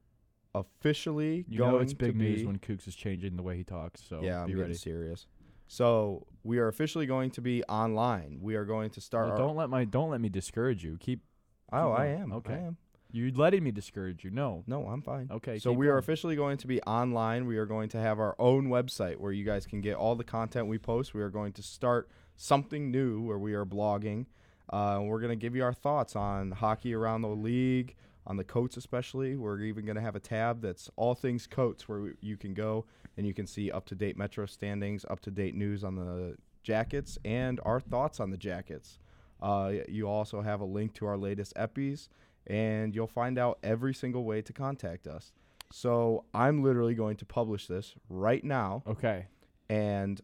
Speaker 3: officially
Speaker 2: You
Speaker 3: going
Speaker 2: know it's
Speaker 3: to
Speaker 2: big
Speaker 3: be,
Speaker 2: news when Kooks is changing the way he talks. So
Speaker 3: yeah, I'm
Speaker 2: be
Speaker 3: getting
Speaker 2: ready.
Speaker 3: serious. So we are officially going to be online. We are going to start.
Speaker 2: Well,
Speaker 3: our,
Speaker 2: don't let my don't let me discourage you. Keep
Speaker 3: oh, I
Speaker 2: keep going.
Speaker 3: am.
Speaker 2: Okay.
Speaker 3: I am.
Speaker 2: you letting me discourage you. No.
Speaker 3: No, I'm fine.
Speaker 2: Okay.
Speaker 3: So
Speaker 2: keep
Speaker 3: we are
Speaker 2: going.
Speaker 3: officially going to be online. We are going to have our own website where you guys can get all the content we post. We are going to start something new where we are blogging. Uh, and we're going to give you our thoughts on hockey around the league, on the coats especially. We're even going to have a tab that's all things coats where we, you can go and you can see up to date Metro standings, up to date news on the jackets, and our thoughts on the jackets. Uh, you also have a link to our latest EPIs, and you'll find out every single way to contact us. So I'm literally going to publish this right now,
Speaker 2: Okay.
Speaker 3: and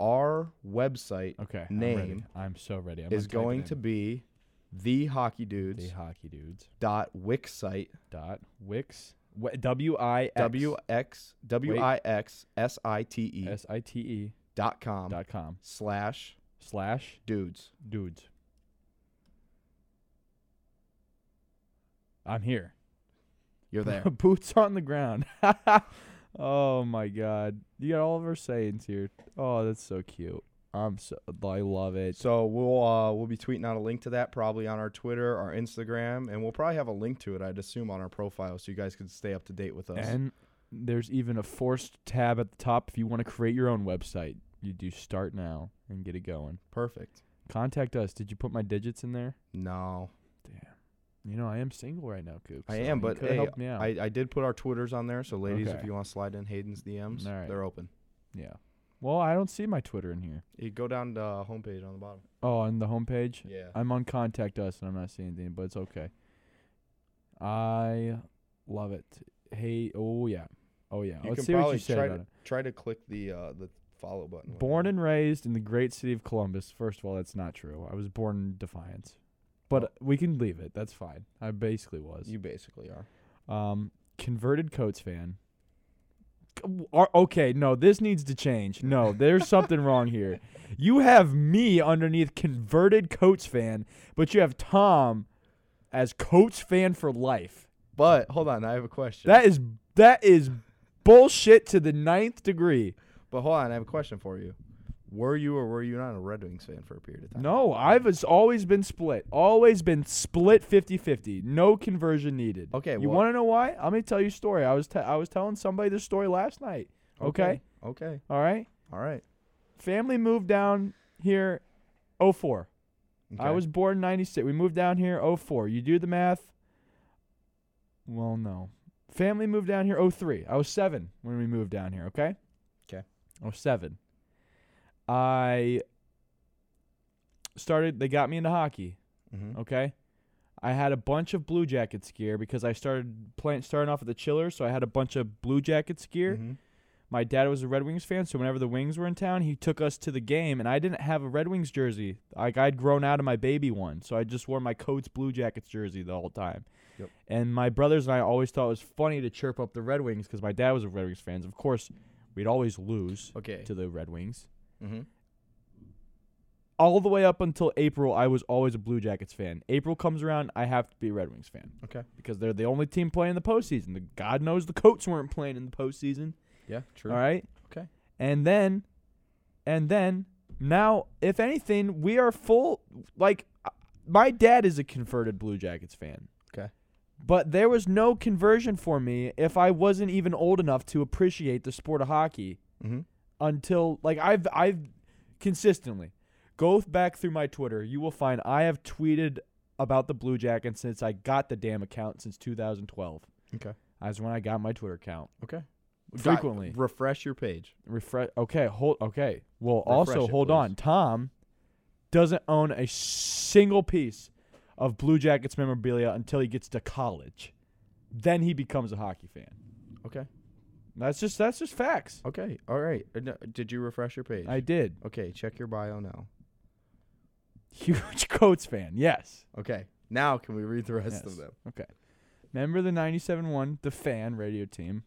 Speaker 3: our website
Speaker 2: Okay. I'm, ready.
Speaker 3: name
Speaker 2: I'm so ready. I'm
Speaker 3: is going to be
Speaker 2: the
Speaker 3: thehockeydudes.wixsite.wix
Speaker 2: hockey dudes dot wix w i E.
Speaker 3: w x w i x s i t e
Speaker 2: s i t e
Speaker 3: dot com
Speaker 2: dot com
Speaker 3: slash
Speaker 2: slash
Speaker 3: dudes.
Speaker 2: dudes. I'm here.
Speaker 3: You're there.
Speaker 2: Boots on the ground. oh my god. You got all of our sayings here. Oh, that's so cute. I'm so I love it.
Speaker 3: So we'll uh, we'll be tweeting out a link to that probably on our Twitter, our Instagram, and we'll probably have a link to it. I'd assume on our profile, so you guys can stay up to date with us.
Speaker 2: And there's even a forced tab at the top if you want to create your own website. You do start now and get it going.
Speaker 3: Perfect.
Speaker 2: Contact us. Did you put my digits in there?
Speaker 3: No,
Speaker 2: You know, I am single right now, Coop.
Speaker 3: I
Speaker 2: so
Speaker 3: am,
Speaker 2: you
Speaker 3: but
Speaker 2: could
Speaker 3: hey,
Speaker 2: help me out.
Speaker 3: I, I did put our Twitters on there, so ladies, if
Speaker 2: Okay.
Speaker 3: you want to slide in Hayden's DMs,
Speaker 2: All right.
Speaker 3: they're open.
Speaker 2: yeah. Well, I don't see my Twitter in here.
Speaker 3: You go down to uh, homepage on the bottom.
Speaker 2: Oh, on the homepage.
Speaker 3: Yeah.
Speaker 2: I'm on contact us and I'm not seeing anything, but it's okay. I love it. Hey, oh yeah, oh yeah.
Speaker 3: You
Speaker 2: Let's
Speaker 3: can
Speaker 2: see
Speaker 3: probably
Speaker 2: what you said
Speaker 3: try
Speaker 2: about
Speaker 3: to
Speaker 2: it.
Speaker 3: try to click the uh, the follow button. when
Speaker 2: Born
Speaker 3: you-
Speaker 2: and raised in the great city of Columbus. First of all, that's not true. I was born in Defiance,
Speaker 3: Oh.
Speaker 2: but uh, we can leave it. That's fine. I basically was.
Speaker 3: you basically are.
Speaker 2: Um, converted Coats fan. C- w- are- Okay, no, this needs to change. No, there's something wrong here. You have me underneath converted Coats fan, but you have Tom as Coats fan for life.
Speaker 3: But hold on, I have a question.
Speaker 2: That is that is bullshit to the ninth degree.
Speaker 3: but hold on, I have a question for you. Were you or were you not a Red Wings fan for a period of time?
Speaker 2: No, I've as- always been split. Always been split 50-50. No conversion needed.
Speaker 3: Okay,
Speaker 2: you
Speaker 3: well-
Speaker 2: want to know why? I'm gonna tell you a story. I was te- I was telling somebody this story last night. okay.
Speaker 3: Okay. okay.
Speaker 2: all right.
Speaker 3: All right.
Speaker 2: family moved down here 04 i
Speaker 3: Okay.
Speaker 2: was born 96 we moved down here 04 you do the math well no family moved down here 03 i was 7 when we moved down here okay
Speaker 3: 'Kay.
Speaker 2: 07 i started they got me into hockey
Speaker 3: Mhm.
Speaker 2: okay i had a bunch of blue jackets gear because i started playing starting off with the chiller so i had a bunch of blue jackets gear
Speaker 3: Mhm.
Speaker 2: my dad was a Red Wings fan, so whenever the Wings were in town, he took us to the game, and I didn't have a Red Wings jersey. Like I'd grown out of my baby one, so I just wore my Coats Blue Jackets jersey the whole time.
Speaker 3: Yep.
Speaker 2: And my brothers and I always thought it was funny to chirp up the Red Wings because my dad was a Red Wings fan. Of course, we'd always lose
Speaker 3: Okay.
Speaker 2: to the Red Wings.
Speaker 3: mm-hmm.
Speaker 2: All the way up until April, I was always a Blue Jackets fan. April comes around, I have to be a Red Wings fan
Speaker 3: Okay.
Speaker 2: because they're the only team playing in the postseason. The, God knows the Coats weren't playing in the postseason.
Speaker 3: Yeah. True.
Speaker 2: All right.
Speaker 3: Okay.
Speaker 2: And then, and then now, if anything, we are full. Like, uh, my dad is a converted Blue Jackets fan.
Speaker 3: Okay.
Speaker 2: But there was no conversion for me if I wasn't even old enough to appreciate the sport of hockey
Speaker 3: Mm-hmm.
Speaker 2: until like I've I've consistently go back through my Twitter. You will find I have tweeted about the Blue Jackets since I got the damn account since 2012.
Speaker 3: Okay.
Speaker 2: That's when I got my Twitter account.
Speaker 3: Okay.
Speaker 2: Frequently.
Speaker 3: Got- refresh your page.
Speaker 2: Refresh. Okay, hold. Okay. Well,
Speaker 3: Refresh
Speaker 2: also
Speaker 3: it,
Speaker 2: hold
Speaker 3: please.
Speaker 2: on. Tom doesn't own a single piece of Blue Jackets memorabilia until he gets to college. Then he becomes a hockey fan.
Speaker 3: Okay.
Speaker 2: That's just that's just facts.
Speaker 3: Okay. All right. Uh, no- Did you refresh your page?
Speaker 2: I did.
Speaker 3: okay. Check your bio now.
Speaker 2: Huge Coats fan. Yes.
Speaker 3: Okay. Now can we read the rest
Speaker 2: Yes.
Speaker 3: of them?
Speaker 2: Okay. Member of the 97.1, the fan radio team.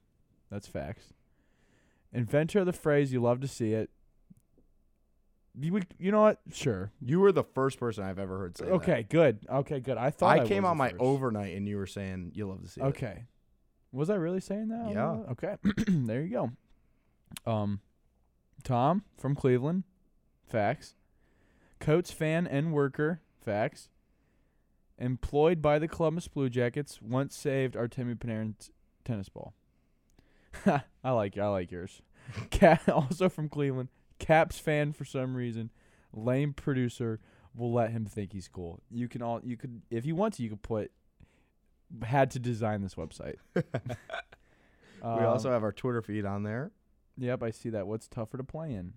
Speaker 2: That's facts. Inventor of the phrase, you love to see it. You, would- you know what? Sure.
Speaker 3: You were the first person I've ever heard say that.
Speaker 2: Okay, good. Okay, good. I thought
Speaker 3: I,
Speaker 2: I,
Speaker 3: came
Speaker 2: was
Speaker 3: out
Speaker 2: at
Speaker 3: my
Speaker 2: first.
Speaker 3: overnight and you were saying you love to see it.
Speaker 2: Okay. Was I really saying that? out
Speaker 3: Yeah.
Speaker 2: loud? Okay. there you go. Um, Tom from Cleveland, facts. Coach fan and worker, facts. Employed by the Columbus Blue Jackets, once saved Artemi Panarin's tennis ball. I like I like yours. Cat also from Cleveland, Caps fan for some reason. Lame producer will let him think he's cool. You can all you could if you want to you could put had to design this website. Um,
Speaker 3: We also have our Twitter feed on there.
Speaker 2: Yep, I see that. What's tougher to play in?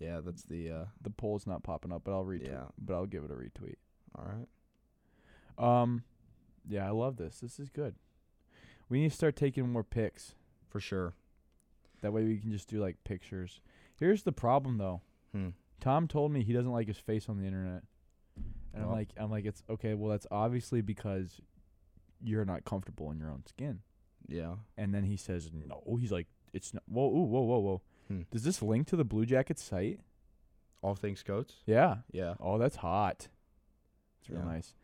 Speaker 3: Yeah, that's the uh
Speaker 2: The poll's not popping up, but I'll retweet.
Speaker 3: Yeah.
Speaker 2: But I'll give it a retweet.
Speaker 3: all right.
Speaker 2: Um, yeah, I love this. This is good. We need to start taking more pics.
Speaker 3: For sure.
Speaker 2: That way we can just do like pictures. Here's the problem though.
Speaker 3: Hmm.
Speaker 2: Tom told me he doesn't like his face on the internet, and I'm
Speaker 3: Well.
Speaker 2: like, I'm like, it's okay. Well, that's obviously because you're not comfortable in your own skin.
Speaker 3: Yeah.
Speaker 2: And then he says, no. He's like, it's not. Whoa, ooh, whoa, whoa, whoa.
Speaker 3: Hmm.
Speaker 2: Does this link to the Blue Jackets site?
Speaker 3: All things coats?
Speaker 2: Yeah.
Speaker 3: Yeah.
Speaker 2: Oh, that's hot. It's real
Speaker 3: Yeah.
Speaker 2: nice.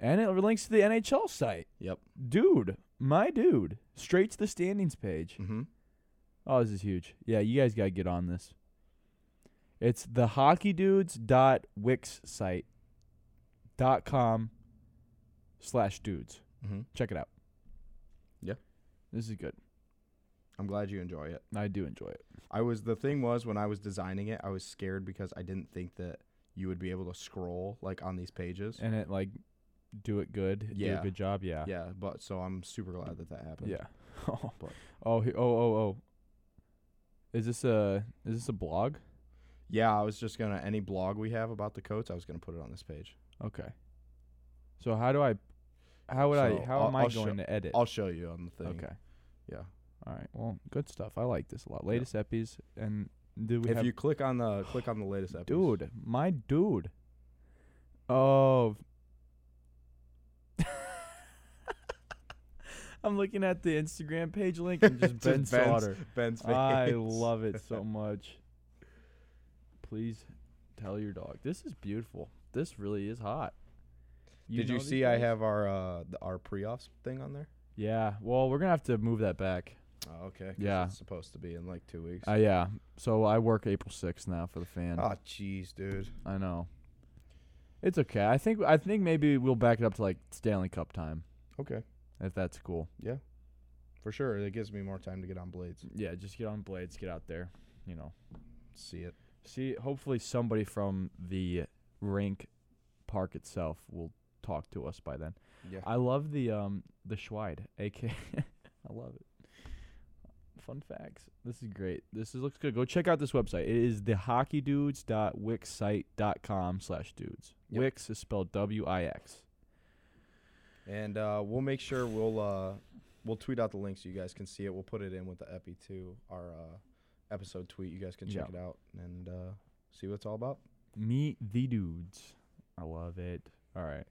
Speaker 2: And it links to the NHL site.
Speaker 3: Yep.
Speaker 2: Dude, my dude. Straight to the standings page.
Speaker 3: Mm-hmm.
Speaker 2: Oh, this is huge. Yeah, you guys gotta get on this. It's the hockeydudes dot wix site dot com slash dudes.
Speaker 3: Mm-hmm.
Speaker 2: Check it out.
Speaker 3: Yeah.
Speaker 2: This is good.
Speaker 3: I'm glad you enjoy it.
Speaker 2: I do enjoy it.
Speaker 3: I was the thing was when I was designing it, I was scared because I didn't think that you would be able to scroll like on these pages.
Speaker 2: And it like do it good. Do
Speaker 3: Yeah.
Speaker 2: a good job, yeah.
Speaker 3: yeah, but so I'm super glad that that happened.
Speaker 2: Yeah. Oh,
Speaker 3: But-
Speaker 2: oh, he- oh, oh, oh. Is this a is this a blog?
Speaker 3: Yeah, I was just gonna any blog we have about the coats, I was gonna put it on this page.
Speaker 2: Okay. So how do I? How would
Speaker 3: So,
Speaker 2: I? How
Speaker 3: I'll-
Speaker 2: am I
Speaker 3: I'll show-
Speaker 2: going to edit?
Speaker 3: I'll show you on the thing.
Speaker 2: okay.
Speaker 3: Yeah.
Speaker 2: All right. Well, good stuff. I like this a lot. Latest epis and do we
Speaker 3: if
Speaker 2: have?
Speaker 3: you click on the click on the latest episode.
Speaker 2: dude, my dude. Oh. I'm looking at the Instagram page link and just
Speaker 3: Just
Speaker 2: Ben
Speaker 3: Ben's-
Speaker 2: Sauter.
Speaker 3: Ben's face.
Speaker 2: I love it so much. Please tell your dog. This is beautiful. This really is hot.
Speaker 3: Did you
Speaker 2: know these
Speaker 3: see I
Speaker 2: guys?
Speaker 3: have our uh th- our pre-offs thing on there?
Speaker 2: Yeah. Well, we're gonna have to move that back.
Speaker 3: Oh, okay. 'cause
Speaker 2: Yeah.
Speaker 3: It's supposed to be in like 2 weeks.
Speaker 2: Uh, yeah. So I work April sixth now for the fan.
Speaker 3: oh jeez, dude.
Speaker 2: I know. It's okay. I think I think maybe we'll back it up to like Stanley Cup time
Speaker 3: Okay.
Speaker 2: if that's cool.
Speaker 3: For sure. It gives me more time to get on blades.
Speaker 2: Yeah. Just get on blades. Get out there. You know.
Speaker 3: See it.
Speaker 2: See. Hopefully somebody from the rink park itself will talk to us by then.
Speaker 3: Yeah.
Speaker 2: I love the um the Schweid, aka I love it. Fun facts. This is great. This is, looks good. Go check out this website. It is thehockeydudes.wixsite.com slash dudes.
Speaker 3: Yep.
Speaker 2: Wix is spelled W I X.
Speaker 3: And uh, we'll make sure we'll uh, we'll tweet out the link so you guys can see it. We'll put it in with the epi too. Our uh, episode tweet. You guys can check
Speaker 2: Yeah.
Speaker 3: it out and uh, see what it's all about.
Speaker 2: Meet the dudes. I love it. All right.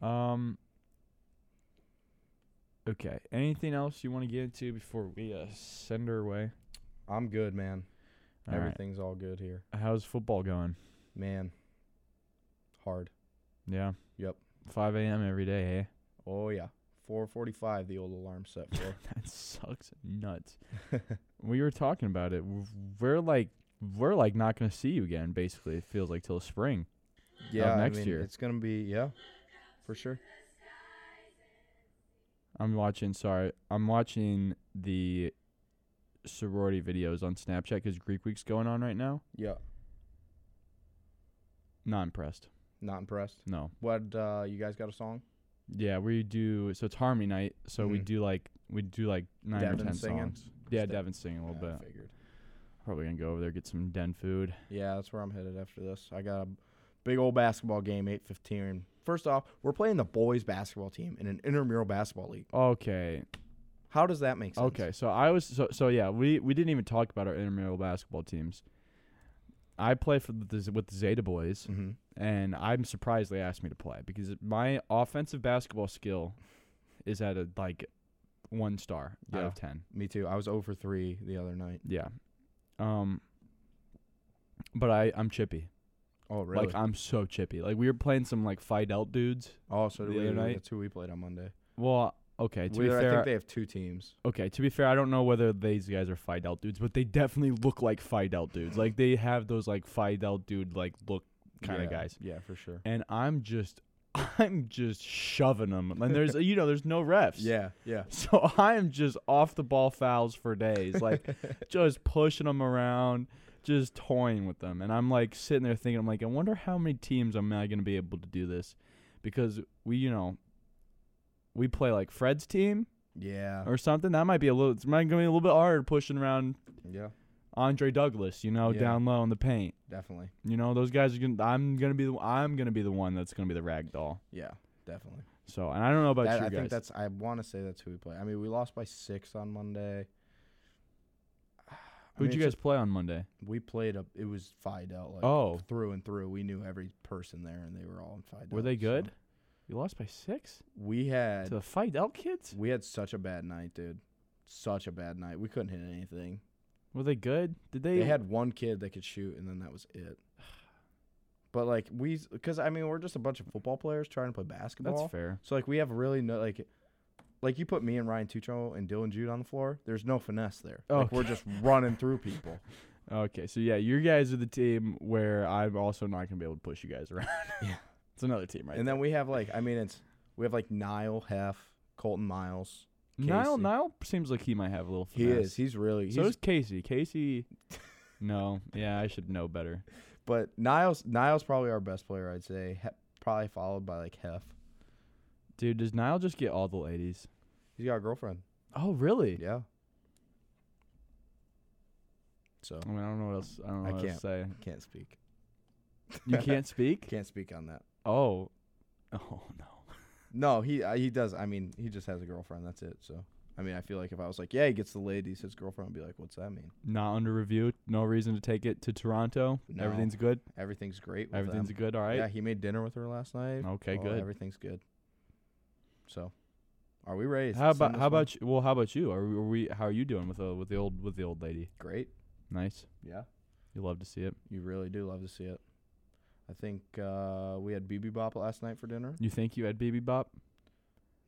Speaker 2: Um. Okay. Anything else you want to get into before we uh, send her away?
Speaker 3: I'm good, man.
Speaker 2: All right.
Speaker 3: Everything's all good here,
Speaker 2: How's football going?
Speaker 3: man. Hard.
Speaker 2: Yeah.
Speaker 3: Yep.
Speaker 2: 5 a.m. every day. Hey.
Speaker 3: Oh yeah. 4:45. The old alarm set for.
Speaker 2: That sucks nuts. we were talking about it. W- We're like we're like not gonna see you again. Basically, it feels like till spring.
Speaker 3: yeah.
Speaker 2: next
Speaker 3: I mean,
Speaker 2: year.
Speaker 3: It's gonna be yeah, for sure.
Speaker 2: I'm watching. Sorry, I'm watching the sorority videos on Snapchat because Greek Week's going on right now.
Speaker 3: Yeah.
Speaker 2: Not impressed.
Speaker 3: Not impressed.
Speaker 2: No.
Speaker 3: What? Uh, you guys got a song?
Speaker 2: Yeah, we do. So it's Harmony Night. So we
Speaker 3: Mhm.
Speaker 2: do like we do like nine or
Speaker 3: Devin
Speaker 2: ten
Speaker 3: singing?
Speaker 2: songs. Yeah,
Speaker 3: Just De-
Speaker 2: Devin's singing a little
Speaker 3: Yeah, I
Speaker 2: bit.
Speaker 3: Figured.
Speaker 2: Probably gonna go over there get some den food.
Speaker 3: Yeah, that's where I'm headed after this. I got a big old basketball game, 8:15. First off, we're playing the boys basketball team in an intramural basketball league.
Speaker 2: Okay,
Speaker 3: How does that make sense?
Speaker 2: Okay, so I was so so yeah. We we didn't even talk about our intramural basketball teams. I play for the Z- with the Zeta Boys,
Speaker 3: Mhm.
Speaker 2: and I'm surprised they asked me to play because my offensive basketball skill is at a like one star out
Speaker 3: Yeah.
Speaker 2: of ten.
Speaker 3: Me too. I was 0 for 3 the other night.
Speaker 2: Yeah, um, but I I'm chippy.
Speaker 3: Oh, really?
Speaker 2: Like I'm so chippy. Like we were playing some like Fidel dudes.
Speaker 3: oh, so
Speaker 2: the
Speaker 3: did we,
Speaker 2: other night?
Speaker 3: that's who we played on Monday.
Speaker 2: Well, okay. To
Speaker 3: We-
Speaker 2: be
Speaker 3: I
Speaker 2: fair,
Speaker 3: think they have two teams.
Speaker 2: Okay, to be fair, I don't know whether these guys are Fidel dudes, but they definitely look like Fidel dudes. Like they have those like Fidel dude like look kind
Speaker 3: Yeah,
Speaker 2: of guys.
Speaker 3: Yeah, for sure.
Speaker 2: And I'm just I'm just shoving them. And there's you know, there's no refs.
Speaker 3: Yeah, yeah.
Speaker 2: So I'm just off the ball fouls for days. Like just pushing them around, just toying with them. And I'm like sitting there thinking I'm like I wonder how many teams I'm not going to be able to do this because we, you know, we play like Fred's team
Speaker 3: Yeah.
Speaker 2: or something. That might be a little. It might be a little bit harder pushing around
Speaker 3: Yeah,
Speaker 2: Andre Douglas. You know,
Speaker 3: Yeah.
Speaker 2: down low in the paint.
Speaker 3: definitely.
Speaker 2: You know, those guys are gonna. I'm gonna be the. I'm gonna be the one that's gonna be the rag doll.
Speaker 3: Yeah, definitely.
Speaker 2: So, and I don't know about
Speaker 3: That-
Speaker 2: you
Speaker 3: I
Speaker 2: guys.
Speaker 3: think that's I want to say that's who we play. I mean, we lost by 6 on Monday. I
Speaker 2: Who'd
Speaker 3: mean,
Speaker 2: you
Speaker 3: it's
Speaker 2: guys play on Monday?
Speaker 3: We played a. It was Fidel. Like,
Speaker 2: Oh.
Speaker 3: through and through. We knew every person there, and they were all in Fidel.
Speaker 2: Were they
Speaker 3: so-
Speaker 2: good? You lost by six
Speaker 3: We
Speaker 2: to
Speaker 3: had
Speaker 2: the fight out kids.
Speaker 3: we had such a bad night, dude. Such a bad night. We couldn't hit anything.
Speaker 2: Were they good? Did they?
Speaker 3: They had one kid that could shoot, and then that was it. But like we, because I mean, we're just a bunch of football players trying to play basketball.
Speaker 2: that's fair.
Speaker 3: So like we have really no like. Like you put me and Ryan Tucho and Dylan Jude on the floor, there's no finesse there. Like we're
Speaker 2: Oh, Okay.
Speaker 3: just running through people.
Speaker 2: Okay, so yeah, you guys are the team where I'm also not gonna be able to push you guys around.
Speaker 3: Yeah.
Speaker 2: it's another team right
Speaker 3: and
Speaker 2: there.
Speaker 3: then we have like, I mean, it's we have like Niall Heff, Colton Miles.
Speaker 2: Nile
Speaker 3: Casey.
Speaker 2: Nile seems like he might have a little.
Speaker 3: He
Speaker 2: finesse.
Speaker 3: is. He's really. He's,
Speaker 2: So is Casey. Casey. no. Yeah, I should know better.
Speaker 3: But Niles Niles probably our best player, I'd say. He- probably followed by like Hef.
Speaker 2: Dude, does Niall just get all the ladies?
Speaker 3: He's got a girlfriend.
Speaker 2: Oh, really?
Speaker 3: Yeah. So
Speaker 2: I mean, I don't know what else. I don't know
Speaker 3: I
Speaker 2: what
Speaker 3: can't.
Speaker 2: else to say.
Speaker 3: can't speak.
Speaker 2: You can't speak.
Speaker 3: Can't speak on that.
Speaker 2: Oh. Oh no.
Speaker 3: No, he uh, he does. I mean, he just has a girlfriend. That's it. So I mean, I feel like if I was like, yeah, he gets the ladies, his girlfriend would be like, what's that mean?
Speaker 2: Not under review. No reason to take it to Toronto.
Speaker 3: No.
Speaker 2: Everything's good.
Speaker 3: Everything's great. With
Speaker 2: Everything's
Speaker 3: them.
Speaker 2: good. All right.
Speaker 3: Yeah, he made dinner with her last night.
Speaker 2: Okay,
Speaker 3: Oh,
Speaker 2: good.
Speaker 3: Everything's good. So, are we raised?
Speaker 2: How about how about you, well how about you? Are we, are we how are you doing with uh, with the old with the old lady?
Speaker 3: great?
Speaker 2: Nice.
Speaker 3: Yeah.
Speaker 2: You love to see it.
Speaker 3: You really do love to see it. I think uh, we had BB Bop last night for dinner.
Speaker 2: You think you had BB Bop?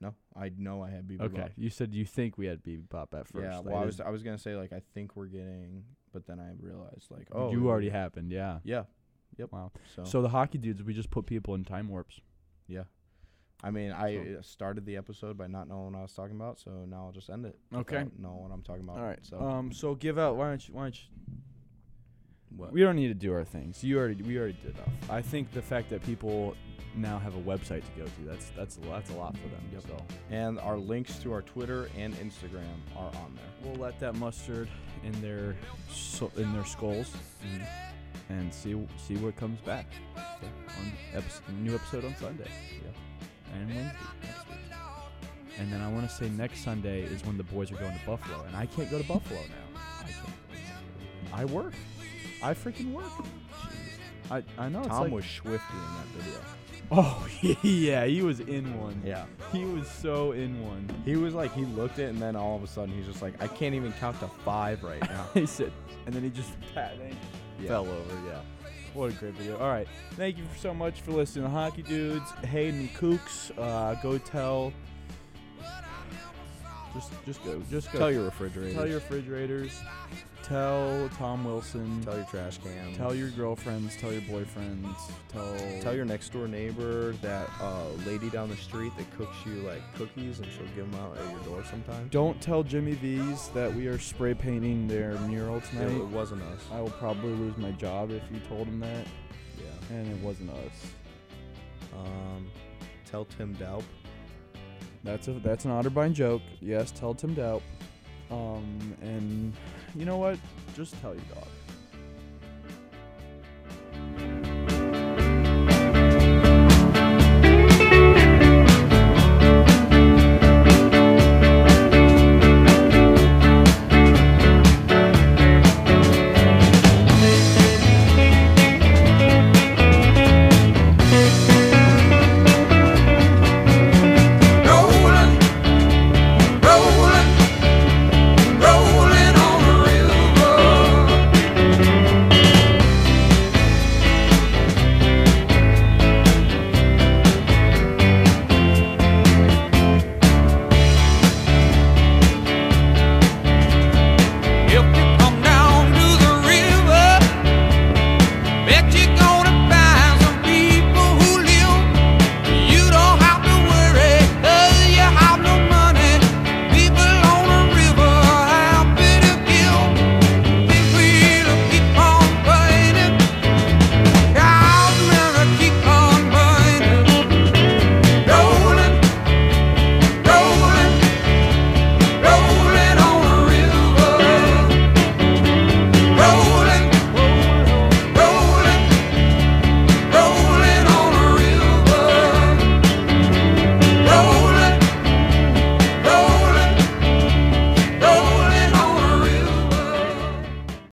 Speaker 3: No, I know I had BB
Speaker 2: Okay.
Speaker 3: Bop.
Speaker 2: You said you think we had BB Bop at first.
Speaker 3: yeah,
Speaker 2: I
Speaker 3: well, I
Speaker 2: didn't-
Speaker 3: was I was gonna say like I think we're getting, but then I realized like oh
Speaker 2: you
Speaker 3: we-
Speaker 2: already happened. Yeah.
Speaker 3: yeah.
Speaker 2: Wow.
Speaker 3: So,
Speaker 2: So the hockey dudes, we just put people in time warps.
Speaker 3: I mean I uh started the episode by not knowing what I was talking about, so now I'll just end it.
Speaker 2: Okay.
Speaker 3: Know what I'm talking about.
Speaker 2: All right.
Speaker 3: So
Speaker 2: um. So give out. Why don't you? Why don't you?
Speaker 3: what?
Speaker 2: We don't need to do our things. You already. We already did enough. I think the fact that people now have a website to go to. That's that's a, that's a lot for them.
Speaker 3: Yep.
Speaker 2: So
Speaker 3: and our links to our Twitter and Instagram are on there.
Speaker 2: we'll let that mustard in their so, in their skulls and see see what comes back. On episode, new episode on Sunday. And Wednesday. next week. And then I want to say next Sunday is when the boys are going to Buffalo, and I can't go to Buffalo now. I can't. I work. I freaking work. I, I know. it's
Speaker 3: Tom
Speaker 2: like-
Speaker 3: was swifty in that video.
Speaker 2: Oh yeah, he was in one.
Speaker 3: Yeah.
Speaker 2: He was so in one.
Speaker 3: He was like, he looked at it, and then all of a sudden he's just like, I can't even count to five right now.
Speaker 2: he said, and then he just pat and
Speaker 3: Yeah.
Speaker 2: fell over. Yeah. What a great video. All right. Thank you so much for listening, to Hockey Dudes, Hayden Kooks. Uh, go tell. Just, just go. Just go.
Speaker 3: Tell your refrigerator.
Speaker 2: Tell your refrigerators. Tell Tom Wilson.
Speaker 3: Tell your trash can.
Speaker 2: tell your girlfriends. Tell your boyfriends. Tell.
Speaker 3: Tell your next door neighbor that uh, lady down the street that cooks you like cookies and she'll give them out at your door sometime.
Speaker 2: Don't tell Jimmy V's that we are spray painting their mural
Speaker 3: It,
Speaker 2: tonight.
Speaker 3: it wasn't us.
Speaker 2: I will probably lose my job if you told him that,
Speaker 3: Yeah.
Speaker 2: and it wasn't us.
Speaker 3: Um, tell Tim Delp.
Speaker 2: That's a that's an Otterbein joke. Yes, tell Tim Doubt. Um, and you know what? Just tell your dog.